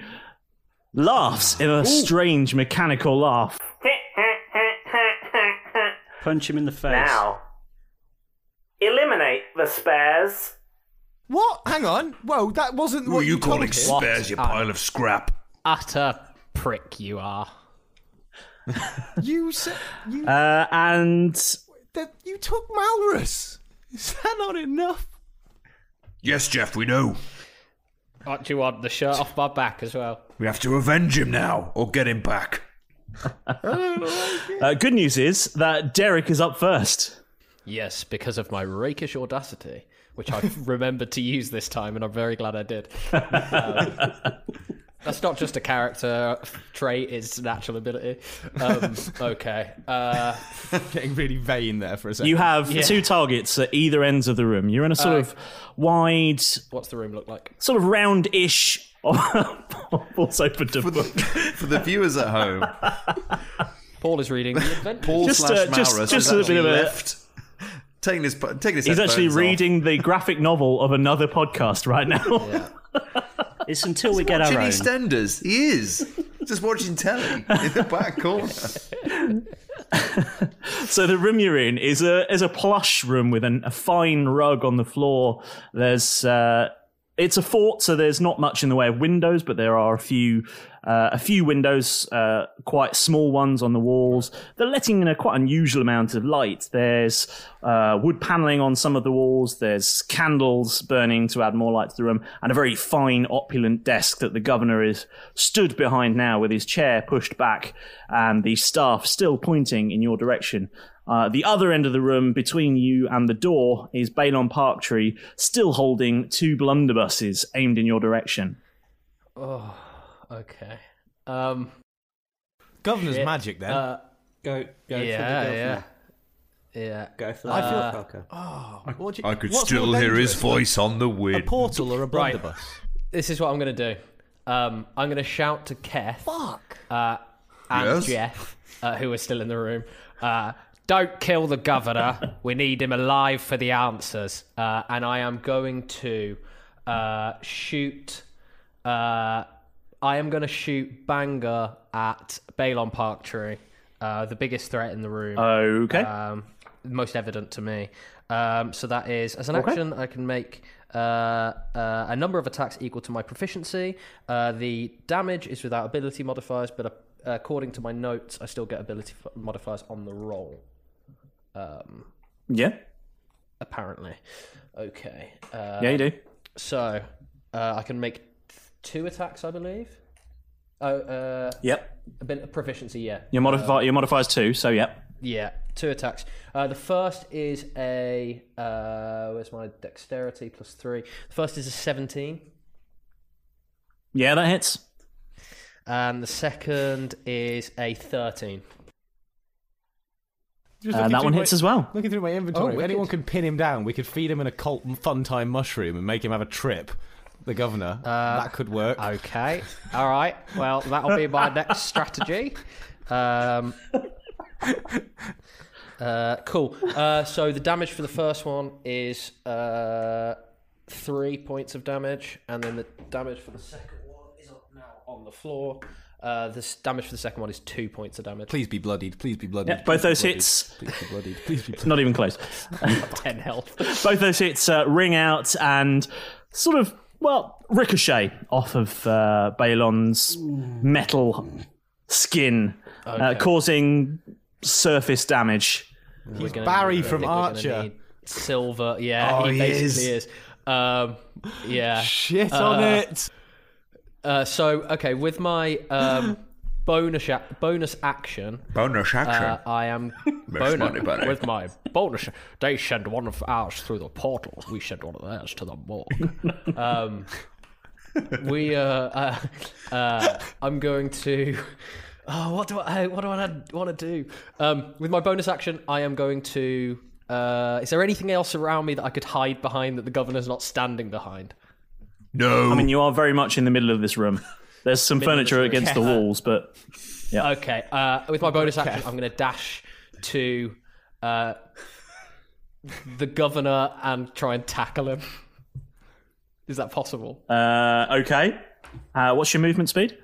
D: laughs in a strange mechanical laugh.
E: Punch him in the face.
K: Now, eliminate the spares.
I: What? Hang on. Whoa, that wasn't
J: Oh,
M: Who are
I: what
M: you calling
I: told him.
M: spares, you pile of scrap?
J: Utter prick you are.
I: You said you
D: Uh, and
I: that you took Malrus. Is that not enough?
M: Yes, Jeff, we know.
J: Aren't you on the shirt off my back as well?
M: We have to avenge him now, or get him back.
D: uh, good news is that Derek is up first.
J: Yes, because of my rakish audacity, which I remembered to use this time, and I'm very glad I did. Um, that's not just a character trait; it's an actual ability. Um, okay. Uh,
I: Getting really vain there for a second.
D: You have
J: Yeah.
D: two targets at either ends of the room. You're in a sort
J: Uh,
D: of wide,
J: what's the room look like?
D: sort of round-ish. also open to book.
M: For the viewers at home,
J: Paul is reading the adventure.
M: Paul
D: Just,
M: slash
D: uh, just-
M: Maurus
D: just
M: has
D: a little
M: actually
D: bit of a-
M: left. Taking his, pu- taking his
D: He's actually
M: headphones off.
D: reading the graphic novel of another podcast right now.
E: It's until we get
M: Watching
E: our own.
M: EastEnders. He is.
H: Just watching telly in the back corner.
D: so the room you're in is a is a plush room with an, a fine rug on the floor. There's uh, it's a fort, so there's not much in the way of windows, but there are a few uh, a few windows, uh, quite small ones on the walls. They're letting in a quite unusual amount of light. There's uh, wood paneling on some of the walls. There's candles burning to add more light to the room, and a very fine opulent desk that the governor is stood behind now with his chair pushed back and the staff still pointing in your direction. Uh, the other end of the room, between you and the door, is Balon Parktree, still holding two blunderbusses aimed in your direction.
J: Oh, okay. Um,
I: Governor's
J: shit.
I: magic, then.
J: Uh,
I: Go- go for the
J: yeah, yeah,
I: governor.
J: yeah. Go for
I: I feel-
J: oh,
I: what do you-
M: I could
I: what's
M: still
I: more
M: hear his
I: dangerous?
M: voice on the wind.
I: portal or a
J: Right.
I: blunderbuss?
J: This is what I'm going to do. Um, I'm going to shout to Keth. Fuck. Uh, and
M: Yes?
J: Jeff, uh, who are still in the room. Uh, don't kill the governor. we need him alive for the answers. Uh, and I am going to uh, shoot. Uh, I am going to shoot Banger at Balon Park Tree, uh, the biggest threat in the
I: Oh,
J: room.
D: Okay.
J: Um, most evident to me. Um, so that is as an
D: Okay.
J: action, I can make uh, uh, a number of attacks equal to my proficiency. Uh, the damage is without ability modifiers, but uh, according to my notes, I still get ability f- modifiers on the roll. Um,
D: Yeah.
J: apparently. Okay. Uh,
D: Yeah, you do.
J: So uh, I can make th- two attacks, I believe. Oh, uh,
D: Yep.
J: A bit of proficiency, yeah.
D: Your
J: Uh,
D: modifier your modifiers too. So yep.
J: yeah, two attacks. Uh, the first is a uh, where's my dexterity plus three. The first is a seventeen,
D: Yeah, that hits.
J: and the second is a thirteen.
I: Just
D: Uh,
I: looking
D: that
I: through
D: one
I: my-
D: hits as well.
I: Looking through my
J: Oh,
I: inventory, if
J: wicked.
I: anyone can pin him down, we could feed him an occult fun time mushroom and make him have a trip. The governor. that could work.
J: Uh, Okay. All right. Well, that'll be my next strategy. Um, uh, cool. Uh, so the damage for the first one is uh, three points of damage, and then the damage for the second one is up now on the floor. Uh, this damage for the second one is two points of damage.
I: Please be bloodied. Please be bloodied.
D: Yeah, both those hits.
I: Please be bloodied. Please be bloodied.
D: Not even close.
J: Ten health.
D: both those hits uh, ring out and sort of well ricochet off of uh, Balon's metal skin, uh,
J: Okay.
D: causing surface damage.
J: We're gonna-
I: Barry
J: I
I: from
J: think we're gonna
I: Archer.
J: need Silver. Yeah,
I: Oh,
J: he
I: he
J: basically is. Um, yeah.
I: Shit on
J: Uh,
I: it.
J: Uh, so okay, with my um, bonus ac bonus action,
M: Bonus action.
J: uh, I am
M: Most money, buddy.
J: bonus with my bonus. They send one of ours through the portal. We send one of theirs to the morgue. um, we uh, uh, uh, I'm going to. Oh, what do I what do I want to do? Um, with my bonus action, I am going to. Uh, is there anything else around me that I could hide behind that the governor's not standing behind?
M: No.
D: I mean, you are very much in the middle of this room. There's some
J: Middle of this
D: furniture
J: room.
D: against the
J: Yeah.
D: walls, but
J: Okay. Uh, with my bonus action, I'm going to dash to uh, the governor and try and tackle him. Is that possible?
D: uh, okay. Uh, what's your movement speed?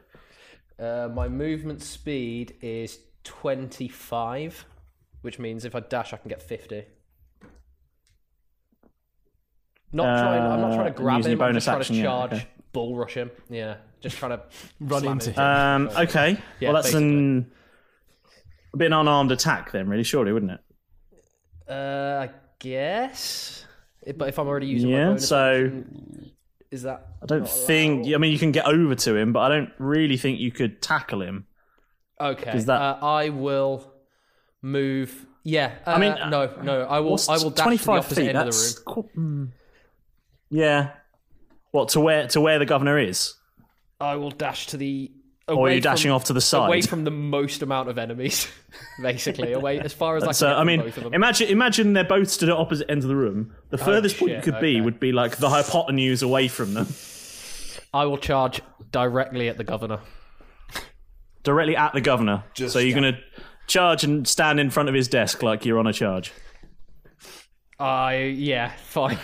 J: Uh, my movement speed is 25, which means if I dash, I can get 50. Not trying. I'm not trying
D: Uh,
J: to grab
D: using
J: him.
D: your
J: I'm just
D: bonus
J: trying
D: action,
J: to
D: yeah,
J: charge,
D: okay.
J: bull rush him. Yeah, just trying to
I: Run
J: slam
I: into
J: him.
D: Um, okay.
J: Yeah,
D: well, that's an a bit an unarmed attack then, really, surely, wouldn't it?
J: Uh, I guess. If- But if I'm already using my
D: yeah.
J: bonus
D: So
J: Is that?
D: I don't think. I mean, you can get over to him, but I don't really think you could tackle him.
J: Okay.
D: Is that-
J: uh, I will move. Yeah. Uh,
D: I mean,
J: no, no. I will.
D: What's
J: I will dash to the
D: 25
J: opposite
D: feet,
J: end of the
D: that's
J: room.
D: qu- mm. yeah. What to where to where the governor is?
J: I will dash to the.
D: Or are
J: away
D: you Oh, dashing
J: from-
D: off to the side?
J: Away from the most amount of enemies, basically. Away as far as I can.
D: So
J: get
D: uh, I
J: from
D: mean,
J: both of them.
D: imagine imagine they're both stood at opposite ends of the room. The
J: Oh,
D: furthest point you
J: shit,
D: could
J: okay.
D: be would be like the hypotenuse away from them,
J: I will charge directly at the governor.
D: directly at the governor. so you're gonna charge and stand in front of his desk like you're on a charge.
J: I yeah, fine.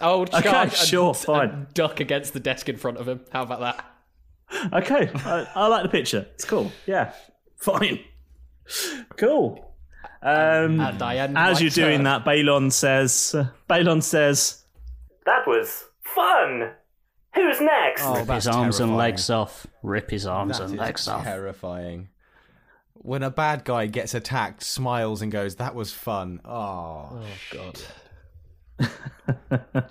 J: I will
D: Okay,
J: charge. and-
D: sure, fine.
J: and duck against the desk in front of him. How about that?
D: Okay, I, I like the picture. It's cool. Yeah, fine. Cool. Um, as you're
K: likes
H: uh,
D: doing
K: her.
J: uh,
D: that, Balon says. Uh, Balon says.
K: That was fun. Who's next?
E: Rip his arms and legs off. Rip his arms
K: That
E: and
K: is
E: legs off.
I: Terrifying. When a bad guy gets attacked, smiles and goes, "That was fun." Oh, oh
D: God.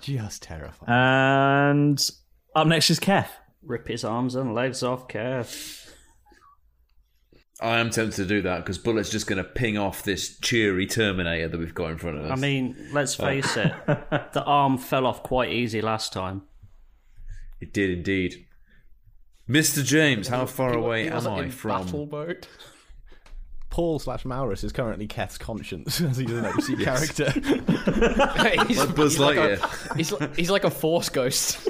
I: Just terrifying.
D: And up next is Kev.
E: Rip his arms and legs off, Kev.
H: I am tempted to do that because Bullet's just going to ping off this cheery Terminator that we've got in front of us.
E: I mean, let's
H: Uh,
E: face it, the arm fell off quite easy last time.
H: It did indeed. Mr. James, how far away am I from?
G: mode. Paul slash Maurus is currently Keth's conscience as he's an OC
H: Yes.
G: character.
H: he's, like Buzz
G: he's like
H: Lightyear,
G: a-
J: he's, like, he's like a force ghost.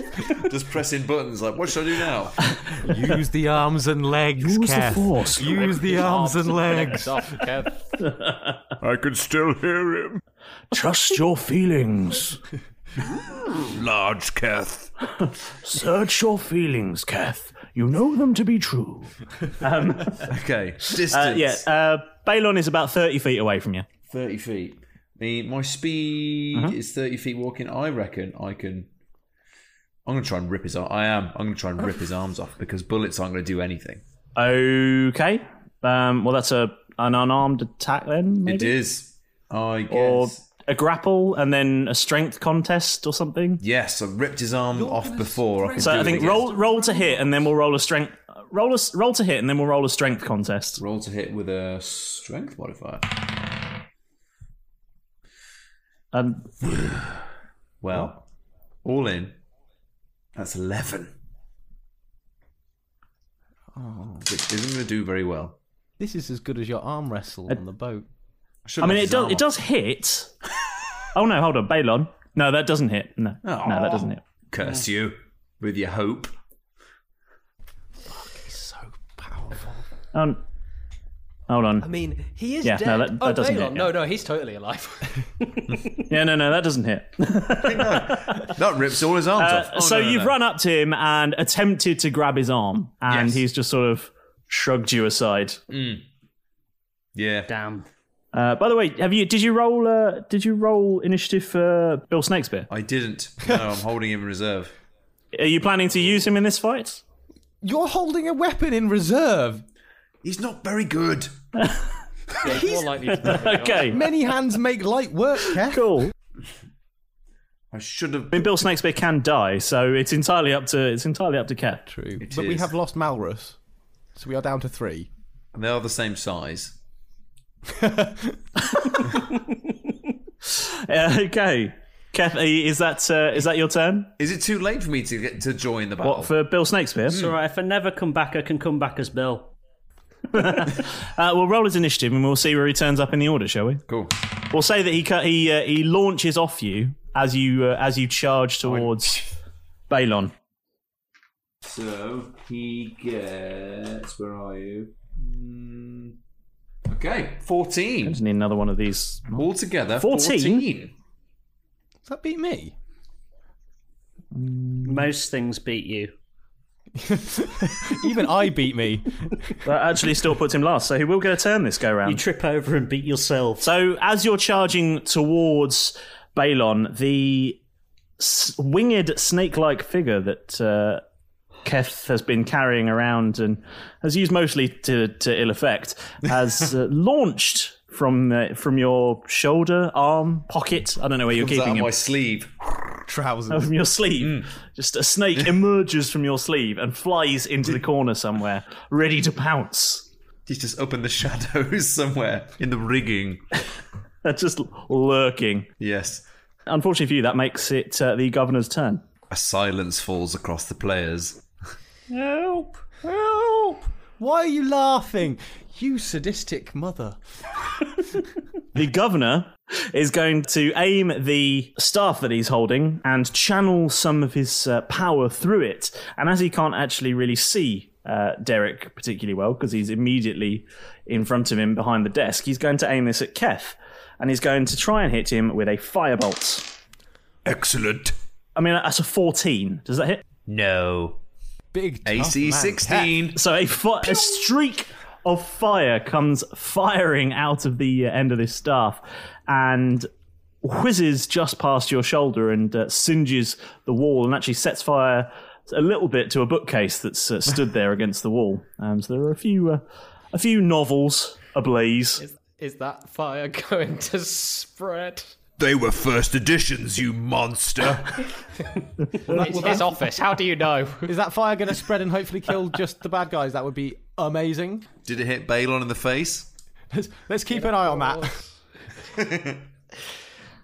H: just pressing buttons. Like, what should I do now?
I: Use the arms and legs.
H: Use the
I: Kev.
H: force.
I: Use the arms and legs.
M: I can still hear him.
L: Trust your feelings.
M: Large Keth.
L: Search your feelings, Kath. You know them to be true.
D: Um,
H: okay, distance.
D: Uh, yeah, uh, Balon is about thirty feet away from you.
H: Thirty feet. The, my speed is thirty feet walking. I reckon I can. I'm gonna try and rip his. ar- I am. I'm gonna try and rip his arms off because bullets aren't gonna do anything.
D: Okay. Um, well, that's a an unarmed attack then. Maybe?
H: It is. I guess.
D: Or a grapple and then a strength contest or something.
H: Yes, I ripped his arm off before. I can
D: So
H: do
D: I
H: it
D: think
H: again.
D: roll roll to hit and then we'll roll a strength roll a s- roll to hit and then we'll roll a strength contest.
H: Roll to hit with a strength modifier.
D: Um,
H: well, all in, that's 11,
G: Oh.
H: which isn't going to do very well.
G: This is as good as your arm wrestle on the boat.
D: I mean, it does it does hit. oh no, hold on, Balon. No, that doesn't hit. No, no, that doesn't hit.
H: Curse you with your hope.
D: Um, hold on.
J: I mean, he is
D: Yeah,
J: dead.
D: no, that-
J: oh,
D: that doesn't
J: Balon,
D: hit,
J: no, no, he's totally alive.
D: yeah, no, no, that doesn't hit.
H: That rips all his arms
D: Uh,
H: off. Oh,
D: so
H: no, no,
D: you've
H: no.
D: run up to him and attempted to grab his arm, and he's just sort of shrugged you aside.
H: Yeah.
E: Damn.
D: Uh, by the way, have you did you roll uh, did you roll initiative for Bill Snakespear?
H: I didn't. No, I'm holding him in reserve.
D: Are you planning to use him in this fight?
I: You're holding a weapon in reserve.
H: He's not very good.
J: more likely to
D: okay.
I: Many hands make light work, Kev.
D: Cool.
H: I should have.
D: I mean, Bill Snakespear can die, so it's entirely up to it's entirely up to Cat.
I: True, but we
H: is.
I: have lost Malrus, so we are down to three.
H: And they are the same size.
D: Uh, okay, Kath, are you- is that uh, is that your turn?
H: Is it too late for me to get to join the battle?
D: What for Bill Snakespear?
E: It's alright, if I never come back, I can come back as Bill.
D: Uh, we'll roll his initiative and we'll see where he turns up in the order, shall we?
H: Cool.
D: We'll say that he cut, he uh, he launches off you as you uh, as you charge towards Balon.
H: So he gets. Where are you? Mm, okay,
D: I
H: 14.
D: just need another one of these.
H: Altogether,
D: 14?
H: 14.
I: Does that beat me?
E: Most things beat you.
I: Even I beat me.
D: That actually still puts him last, so he will get a turn this go round.
E: You trip over and beat yourself.
D: So as you're charging towards Balon, the s- winged snake-like figure that uh, Keth has been carrying around and has used mostly to, to ill effect has uh, launched from uh, from your shoulder, arm, pocket. I don't know where you're
H: Comes out
D: keeping
H: of
D: him.
H: my sleeve.
D: Oh,
I: Trousers.
D: from your
E: Hmm.
D: sleeve. Just a snake emerges from your sleeve and flies into the corner somewhere, ready to pounce.
H: He's just up in the shadows somewhere in the rigging.
D: That's just lurking.
H: Yes.
D: Unfortunately for you, that makes it uh, the governor's turn.
H: A silence falls across the players.
I: Help! Help! Why are you laughing? You sadistic mother.
D: The governor is going to aim the staff that he's holding and channel some of his uh, power through it. And as he can't actually really see uh, Derek particularly well, because he's immediately in front of him behind the desk, he's going to aim this at Keth. And he's going to try and hit him with a firebolt.
M: Excellent.
D: I mean, that's a 14. Does that hit?
H: No.
P: big
H: AC
D: tough man.
H: 16.
D: So a, fi- a streak of fire comes firing out of the uh, end of this staff and whizzes just past your shoulder and uh, singes the wall and actually sets fire a little bit to a bookcase that's uh, stood there against the wall. Um, so there are a few uh, a few novels ablaze.
J: Is that fire going to spread?
Q: They were first editions, you monster.
J: it's his office. How do you know?
I: Is that fire going to spread and hopefully kill just the bad guys? That would be amazing.
H: Did it hit Balon in the face?
I: Let's, let's keep an eye on that.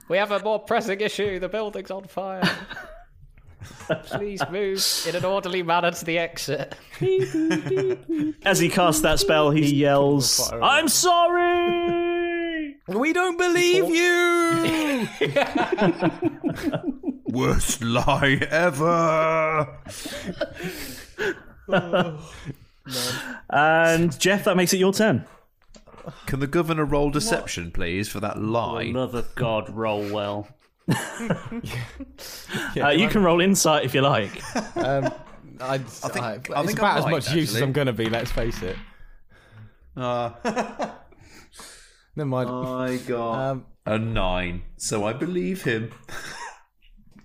J: We have a more pressing issue. The building's on fire. Please move in an orderly manner to the exit.
D: As he casts that spell, he yells, "I'm sorry.
I: We don't believe you.
Q: Worst lie ever.
D: and Jeff, that makes it your turn.
H: Can the governor roll deception, please, for that lie?
E: love of God, roll well.
D: uh, you can roll insight if you like.
I: Um, I, I
H: think,
I: I, it's
H: I think
I: about
H: I'm
I: as
H: right,
I: much use as
H: actually. Uh.
I: I'm going to be. Let's face it. Never mind.
H: I got
I: Um,
H: a nine, so I believe him.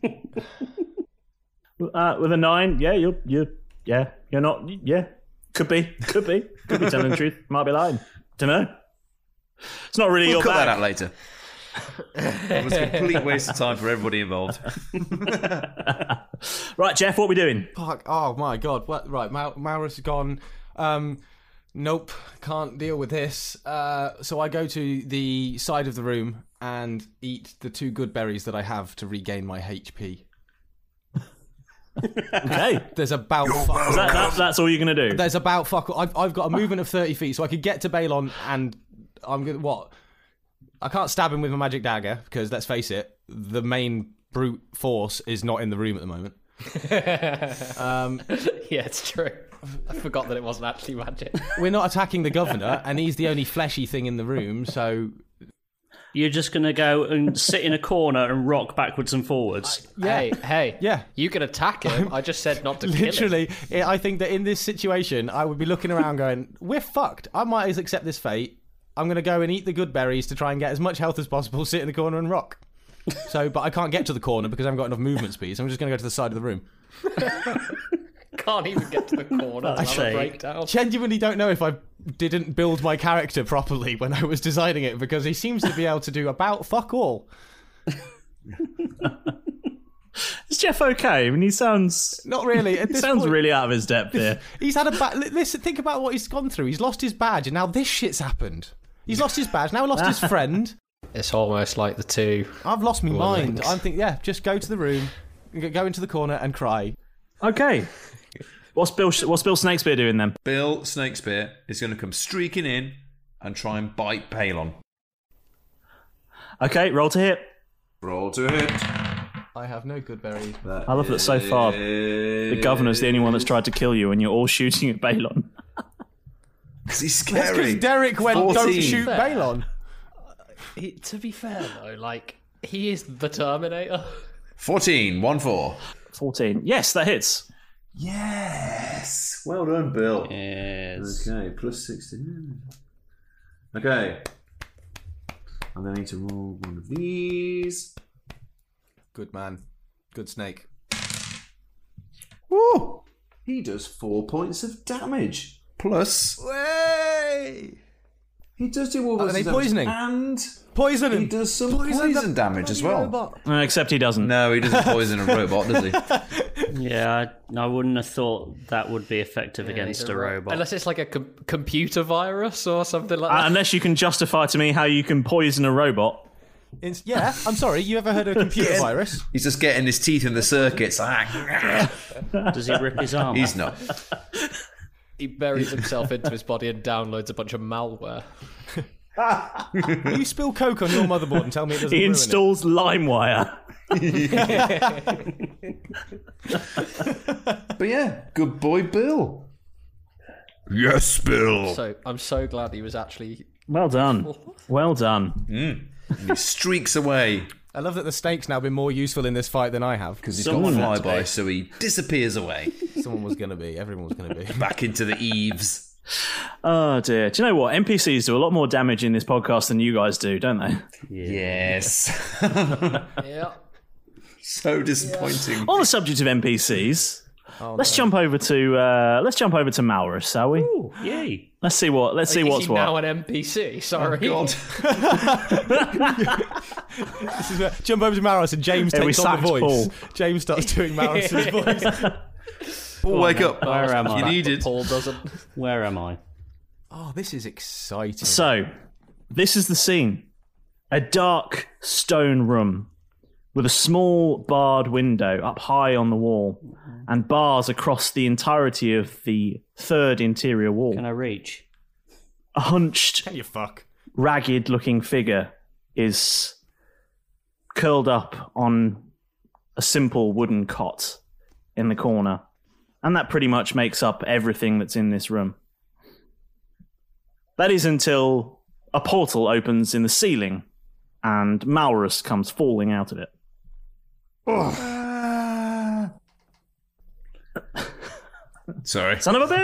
D: Uh, with a nine, yeah, you're you yeah, you're not yeah. Could be, could be, could be telling the truth. Might be lying. Don't know. It's not really
H: we'll
D: your
H: cut
D: bag.
H: that out later. it was a complete waste of time for everybody involved.
D: Right, Jeff, what are we doing?
I: Fuck. Oh my god. What? Right. Mau- Maurus has gone. Um, nope. Can't deal with this. Uh, so I go to the side of the room and eat the two good berries that I have to regain my HP.
D: okay.
I: There's about.
D: Is
I: Fuck-
D: that, that, that's all you're gonna do.
I: there's about fuck. I've I've got a movement of thirty feet, so I could get to Balon and I'm gonna what? I can't stab him with my magic dagger because let's face it, the main brute force is not in the room at the moment. um,
J: yeah, it's true. I forgot that it wasn't actually magic.
I: We're not attacking the governor, and he's the only fleshy thing in the room, so
E: You're just going to go and sit in a corner and rock backwards and forwards.
J: Hey, hey.
I: Yeah.
J: You can attack him. I just said not to kill him.
I: literally, I I think that in this situation, I would be looking around going, We're fucked. I might as accept this fate. I'm going to go and eat the good berries to try and get as much health as possible, sit in the corner and rock. So, but I can't get to the corner because I haven't got enough movement speed, so I'm just going to go to the side of the room.
J: Can't even get to the corner. I'll have a breakdown.
I: genuinely don't know if I didn't build my character properly when I was designing it because he seems to be able to do about fuck all.
D: Is Jeff okay? I mean, he sounds
I: not really. At
D: He
I: this
D: sounds
I: point-
D: really out of his depth here.
I: He's had a bad. Listen, think about what he's gone through. He's lost his badge, and now this shit's happened. He's lost his badge. Now he lost his friend.
J: It's almost like the two.
I: I've lost my
J: Well,
I: mind.
J: thanks.
I: I'm thinking, yeah, just go to the room, g- go into the corner, and cry.
D: Okay. What's Bill? What's Bill Snakespear doing then?
H: Bill Snakespear is going to come streaking in and try and bite Palon.
D: Okay, roll to hit.
H: Roll to hit.
I: I have no good berries.
D: I love that so far. The governor's the only one that's tried to kill you, and you're all shooting at Balon.
H: He's
I: That's because Derek went, don't shoot Balon.
J: He, to be fair though, like he is the Terminator.
H: 14, 1 4.
D: 14. Yes, that hits.
H: Yes. Well done, Bill.
E: Yes.
H: Okay, plus 16. Okay. I'm going to need to roll one of these.
I: Good man. Good snake.
H: Woo! He does four points of damage. Plus. Way! He does do all
I: Are
H: this
I: they
H: damage,
I: poisoning?
H: And.
I: Poison him.
H: He does some
I: Poison
H: poison,
I: the
H: damage as
I: bloody
H: well.
I: robot.
D: Uh, except he doesn't.
H: No, he doesn't poison a robot, does he?
E: Yeah, I, I wouldn't have thought that would be effective against a robot.
J: Unless it's like a com- computer virus or something like
D: Uh,
H: Ah,
J: that.
D: unless you can justify to me how you can poison a robot.
I: It's- yeah, I'm sorry. You ever heard of a computer virus?
H: He's just getting his teeth in the circuits. Ah.
E: Does he rip his arm?
H: He's not.
J: he buries himself into his body and downloads a bunch of malware.
I: Will you spill coke on your motherboard and tell me it doesn't
D: He
I: ruin
D: installs LimeWire.
H: But yeah, good boy, Bill.
Q: Yes, Bill.
J: So I'm so glad he was actually.
D: Well done. Well done.
H: And he streaks away.
I: I love that the snake's now been more useful in this fight than I have because
H: he's got Someone had flyby, to be. so he disappears away.
I: Someone was going to be. Everyone was going to be.
H: Back into the eaves.
D: Oh dear. Do you know what? NPCs do a lot more damage in this podcast than you guys do, don't they?
H: Yes.
J: yeah.
H: So disappointing.
D: On the subject of NPCs, let's jump over to uh, let's jump over to Malrus, shall we?
J: Yay.
D: Let's see what let's see
J: Is
D: what's
J: he
D: what.
J: now an NPC? Sorry.
I: This is where, jump over to Maros and James
D: Yeah, we
I: takes on the
D: sacked
I: voice.
D: Paul.
I: James starts doing Maros's voice.
H: Paul, wake
I: no.
H: up.
I: Where am
H: you
I: I?
H: needed.
J: Paul doesn't.
E: Where am I?
I: Oh, this is exciting.
D: So, this is the scene a dark stone room with a small barred window up high on the wall and bars across the entirety of the third interior wall. Can
E: I reach?
D: A hunched,
I: Can you fuck?
D: ragged looking figure is curled up on a simple wooden cot in the corner. And that pretty much makes up everything that's in this room. That is until a portal opens in the ceiling and Malrus comes falling out of it.
J: Uh,
H: Sorry.
D: Son of a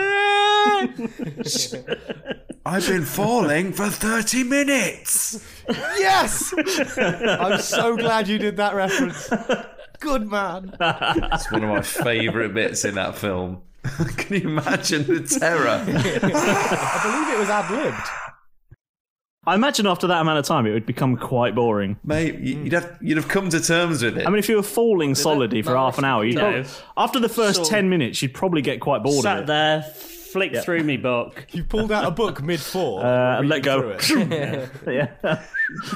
D: bitch!
H: I've been falling for 30 minutes.
I: Yes! I'm so glad you did that reference. Good man.
H: It's one of my favourite bits in that film. Can you imagine the
I: I
H: terror?
I: believe it was ad libbed.
D: I imagine after that amount of time it would become quite boring.
H: Mate, you'd have you'd have come to terms with it.
D: I mean, if you were falling solidly for half an hour, you'd
E: No.
D: prob- after the first
E: Sort of.
D: 10 minutes, you'd probably get quite bored
E: Sat
D: of it.
E: there, flicked
D: Yeah.
E: through me book.
I: You pulled out a book mid four.
D: Uh, and let go. yeah.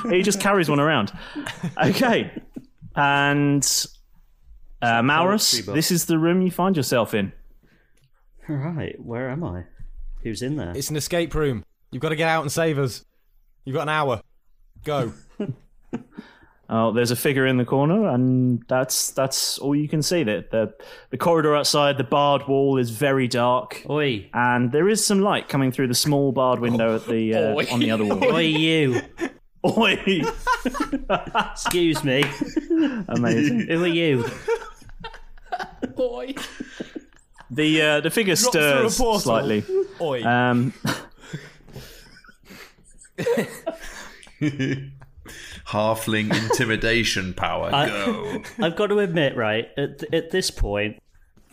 D: he just carries one around. Okay. And uh, Maurus,
E: poetry book.
D: this is the room you find yourself in.
E: All right, where am I? Who's in there?
I: It's an escape room. You've got to get out and save us. You've got an hour. Go.
D: Oh, there's a figure in the corner, and that's that's all you can see. That the the corridor outside the barred wall is very dark.
E: Oi!
D: And there is some light coming through the small barred window at the uh,
E: Oi.
D: on the other wall.
E: Oi, you!
D: Oi!
E: Excuse me.
D: Amazing.
E: Who are you?
J: Boy.
D: The uh, the figure
I: Drops through a
D: stirs
I: portal.
D: slightly.
I: Oi.
D: Um,
H: Halfling intimidation power.
E: I-
H: Go.
E: I've got to admit, right, at, th- at this point,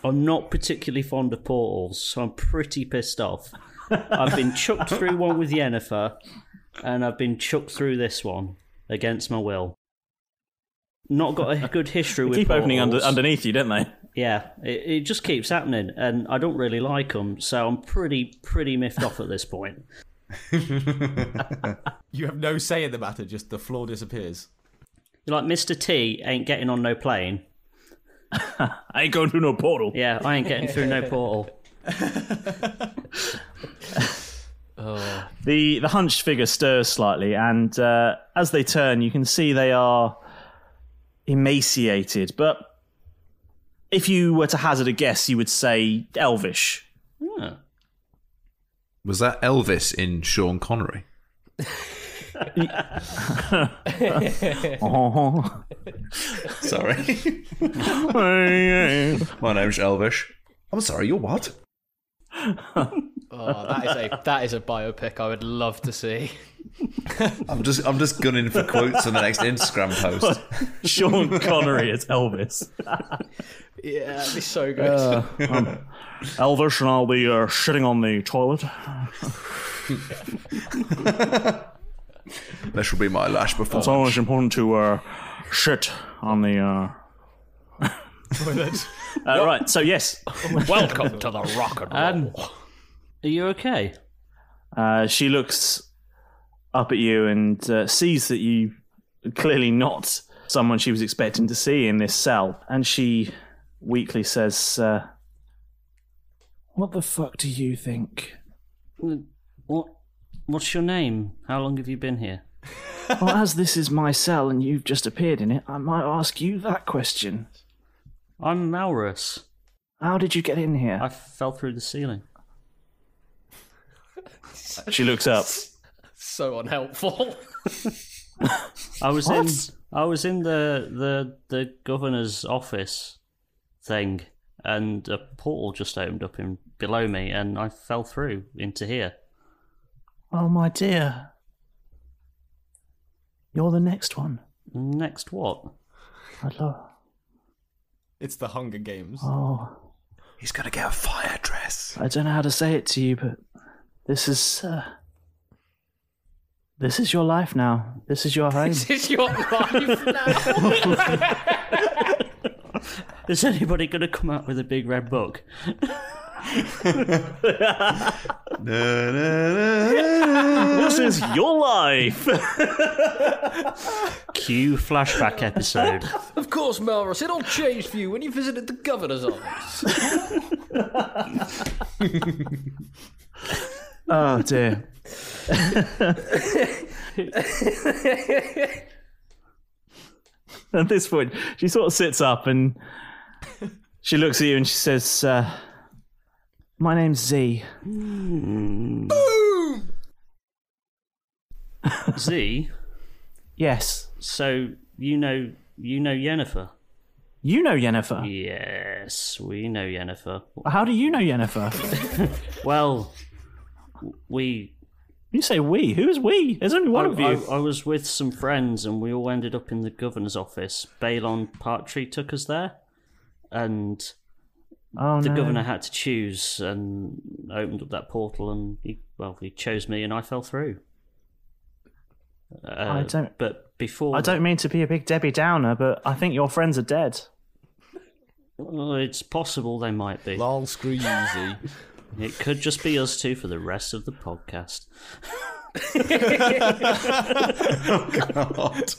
E: I'm not particularly fond of portals, so I'm pretty pissed off. I've been chucked through one with Yennefer, and I've been chucked through this one against my will. Not got a good history with
D: keep opening under,
E: portals.
D: underneath you, don't they?
E: Yeah, it, it just keeps happening, and I don't really like them, so I'm pretty pretty miffed off at this point.
I: You have no say in the matter, just the floor disappears.
E: You're like Mr. T ain't getting on no plane.
D: I ain't going through no portal.
E: Yeah, I ain't getting through no portal.
D: The the hunched figure stirs slightly, and uh, as they turn, you can see they are emaciated. But if you were to hazard a guess, you would say elvish.
E: Yeah.
H: Was that Elvis in Sean Connery?
D: Oh.
H: Sorry. My name's Elvish. I'm sorry, you're what?
J: Oh, that is a that is a biopic I would love to see.
H: I'm just I'm just gunning for quotes on the next Instagram post.
D: Sean Connery as Elvis.
J: Yeah, that'd be so good.
D: Elvish, Uh, um, and I'll be uh, shitting on the toilet.
H: This will be my lash
D: It's
H: before.
D: always important to uh, shit on the. Uh... Uh, Right, so yes,
J: Welcome to the rock and
E: Um, are you okay?
D: Uh, she looks up at you and uh, sees that you are clearly not someone she was expecting to see in this cell, and she weakly says, uh, "What the fuck do you think?"
E: What? What's your name? How long have you been here?
D: well, as this is my cell and you've just appeared in it, I might ask you that question.
E: I'm Maurus.
D: How did you get in here?
E: I fell through the ceiling.
D: She looks up.
J: so unhelpful.
E: I was in
N: What?
E: I was in the the the governor's office thing, and a portal just opened up in below me, and I fell through into here.
L: Oh, my dear. You're the next one.
E: Next what?
L: I love.
R: It's the Hunger Games.
L: Oh.
M: He's gonna get a fire dress.
L: I don't know how to say it to you, but this is. Uh, this is your life now. This is your home.
J: is your life now.
E: Is anybody going to come out with a big red book?
N: this is your life.
E: Cue flashback episode.
J: of course, Melrose, it all changed for you when you visited the governor's office.
L: oh dear.
D: At this point, she sort of sits up and she looks at you and she says, uh,
L: My name's Z.
D: Boom!
E: Z.
L: Yes.
E: So you know you know Yennefer.
L: You know Yennefer.
E: Yes, we know Yennefer.
L: How do you know Yennefer?
E: Well, we.
L: You say we? Who is we? There's only one
E: I,
L: of you.
E: I, I was with some friends, and we all ended up in the governor's office. Balon Partry took us there, and
L: Oh,
E: the
L: no.
E: governor had to choose, and opened up that portal, and he well, he chose me, and I fell through. Uh,
L: I don't-
E: But before
L: I don't mean to be a big Debbie Downer, but I think your friends are dead.
E: Well, it's possible they might be. Lol, screw you, Z. It could just be us two for the rest of the podcast.
M: God.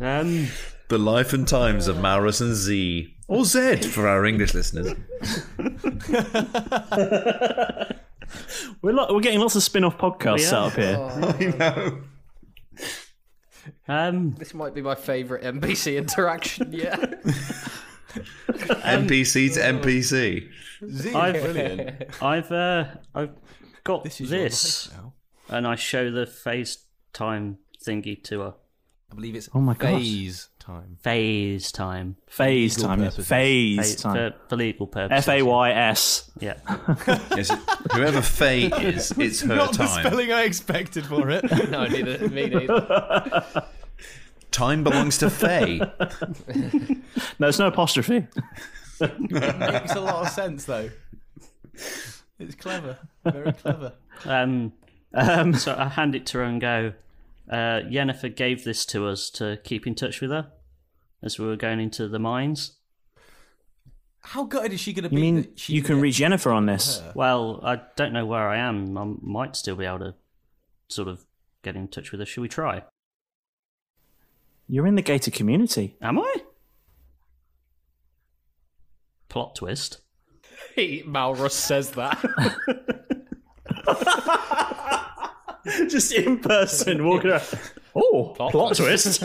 E: Um,
M: the life and times of Maurus and Z, or Zed for our English listeners.
D: We're, lo- we're getting lots of spin off podcasts
J: We are.
D: set up here.
E: Um,
J: this might be my favourite NBC interaction yet.
M: NPC to NPC.
E: I've, I've, uh, I've got this, and I show the FaceTime thingy to her.
R: I believe it's
E: oh my
R: gosh. phase time.
E: Phase time.
D: Phase For legal time, yeah. purposes. Phase
E: Fa-
D: time.
E: For, for legal purposes.
D: F A Y S.
E: Yeah.
M: Yes, whoever Faye is, it's her
R: Not the
M: time.
R: spelling I expected for it.
J: no, neither. Me neither.
M: Time belongs to Faye.
D: no, it's no apostrophe.
R: makes a lot of sense though. It's clever, very clever.
E: Um, so I hand it to her and go, uh, Yennefer gave this to us to keep in touch with her as we were going into the mines.
R: How gutted is she going to be?
D: You mean
R: that she
D: you can reach Jennifer on this?
E: Well, I don't know where I am. I might still be able to sort of get in touch with her. Should we try?
D: You're in the gated community.
E: Am I? Plot twist.
J: He, Malrus says that.
D: Just in person, walking around. Oh, plot, twist.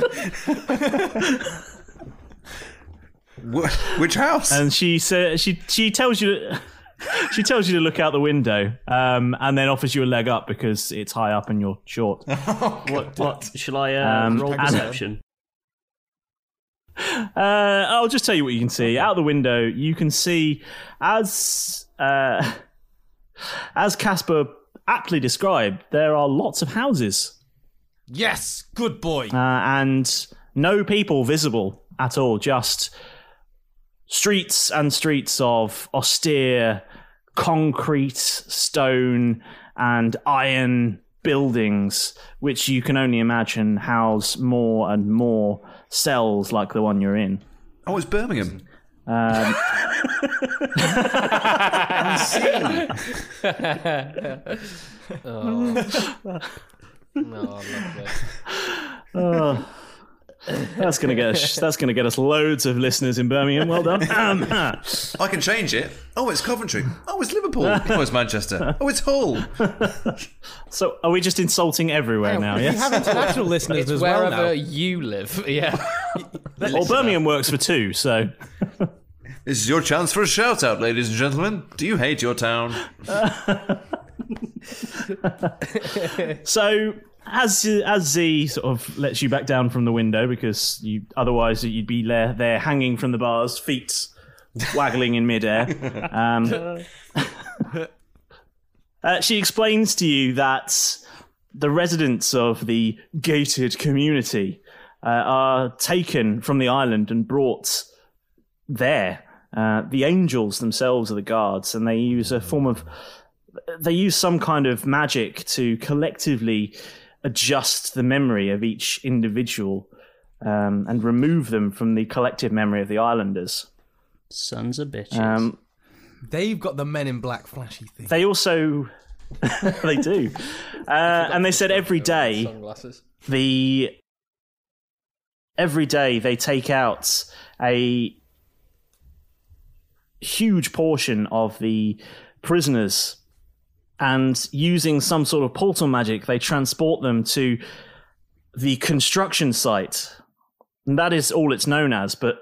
M: Which house?
D: And she says she she tells you she tells you to look out the window, um, and then offers you a leg up because it's high up and you're short. Uh,
E: what, what? Shall I uh,
D: Um,
E: roll
D: and-
E: perception?
D: Uh, I'll just tell you what you can see out the window. You can see as uh, as Casper aptly described, there are lots of houses
R: Yes, good boy.
D: uh, and no people visible at all. Just streets and streets of austere concrete, stone, and iron buildings, which you can only imagine house more and more cells like the one you're in.
M: Oh, it's Birmingham.
D: Um,
J: oh. No,
D: oh, that's gonna get us, that's gonna get us loads of listeners in Birmingham. Well done. Um,
M: I can change it. Oh, it's Coventry. Oh, it's Liverpool. Oh, it's Manchester. Oh, it's Hull.
D: so, are we just insulting everywhere now? Yes.
J: it's wherever you live. Yeah.
D: Well, Birmingham works for two, so
M: This is your chance for a shout out, ladies and gentlemen. Do you hate your town?
D: so As as Z sort of lets you back down from the window because you otherwise you'd be there there hanging from the bars, feet waggling in midair. Um, uh, she explains to you that the residents of the gated community uh, are taken from the island and brought there. Uh, the angels themselves are the guards, and they use a form of they use some kind of magic to collectively adjust the memory of each individual um, and remove them from the collective memory of the islanders.
N: Sons of bitches.
D: Um,
I: They've got the men in black flashy thing.
D: they also they do, uh, and they said every day
J: Sunglasses.
D: the every day they take out a huge portion of the prisoners and using some sort of portal magic they transport them to the construction site and that is all it's known as but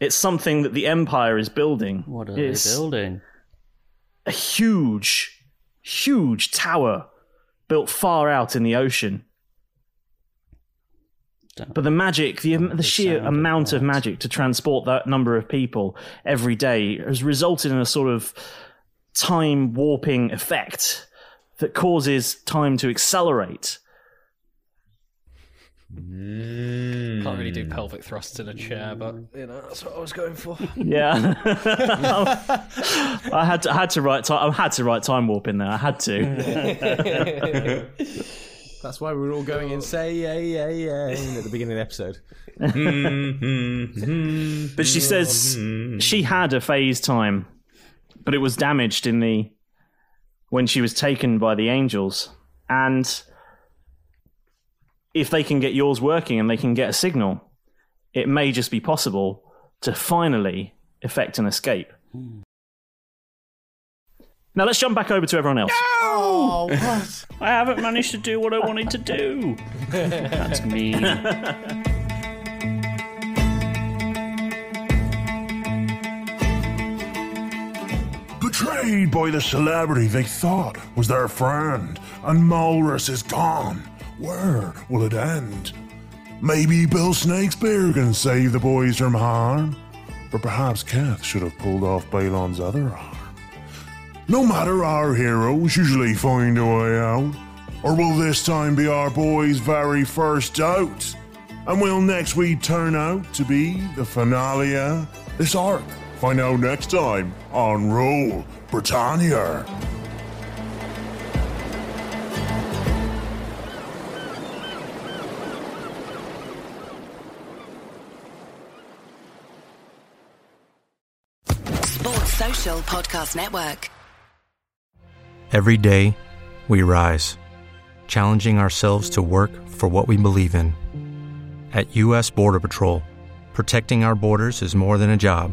D: it's something that the empire is building what
N: are they building
D: a huge huge tower built far out in the ocean but the magic, the, the sheer amount of magic to transport that number of people every day has resulted in a sort of time warping effect that causes time to accelerate.
J: Can't really do pelvic thrusts in a chair, but you know that's what I was going for.
D: Yeah, I had to, I had to write time. I had to write time warp in there. I had to.
I: That's why we were all going and say yeah, yeah, yeah at the beginning of the episode.
J: Mm-hmm.
D: but she says she had a phase time, but it was damaged in the when she was taken by the angels. And if they can get yours working and they can get a signal, it may just be possible to finally effect an escape. Now let's jump back over to everyone else.
N: Oh, what? I haven't managed to do what I wanted to do. That's mean.
S: Betrayed by the celebrity they thought was their friend, and Malrus is gone. Where will it end? Maybe Bill Snakespeare can save the boys from harm. Or perhaps Kath should have pulled off Balon's other arm. No matter, our heroes usually find a way out. Or will this time be our boys' very first out? And will next week turn out to be the finale? This arc. Find out next time on Roll Britannia.
T: Sports Social Podcast Network.
U: Every day, we rise, challenging ourselves to work for what we believe in. At U.S. Border Patrol, protecting our borders is more than a job,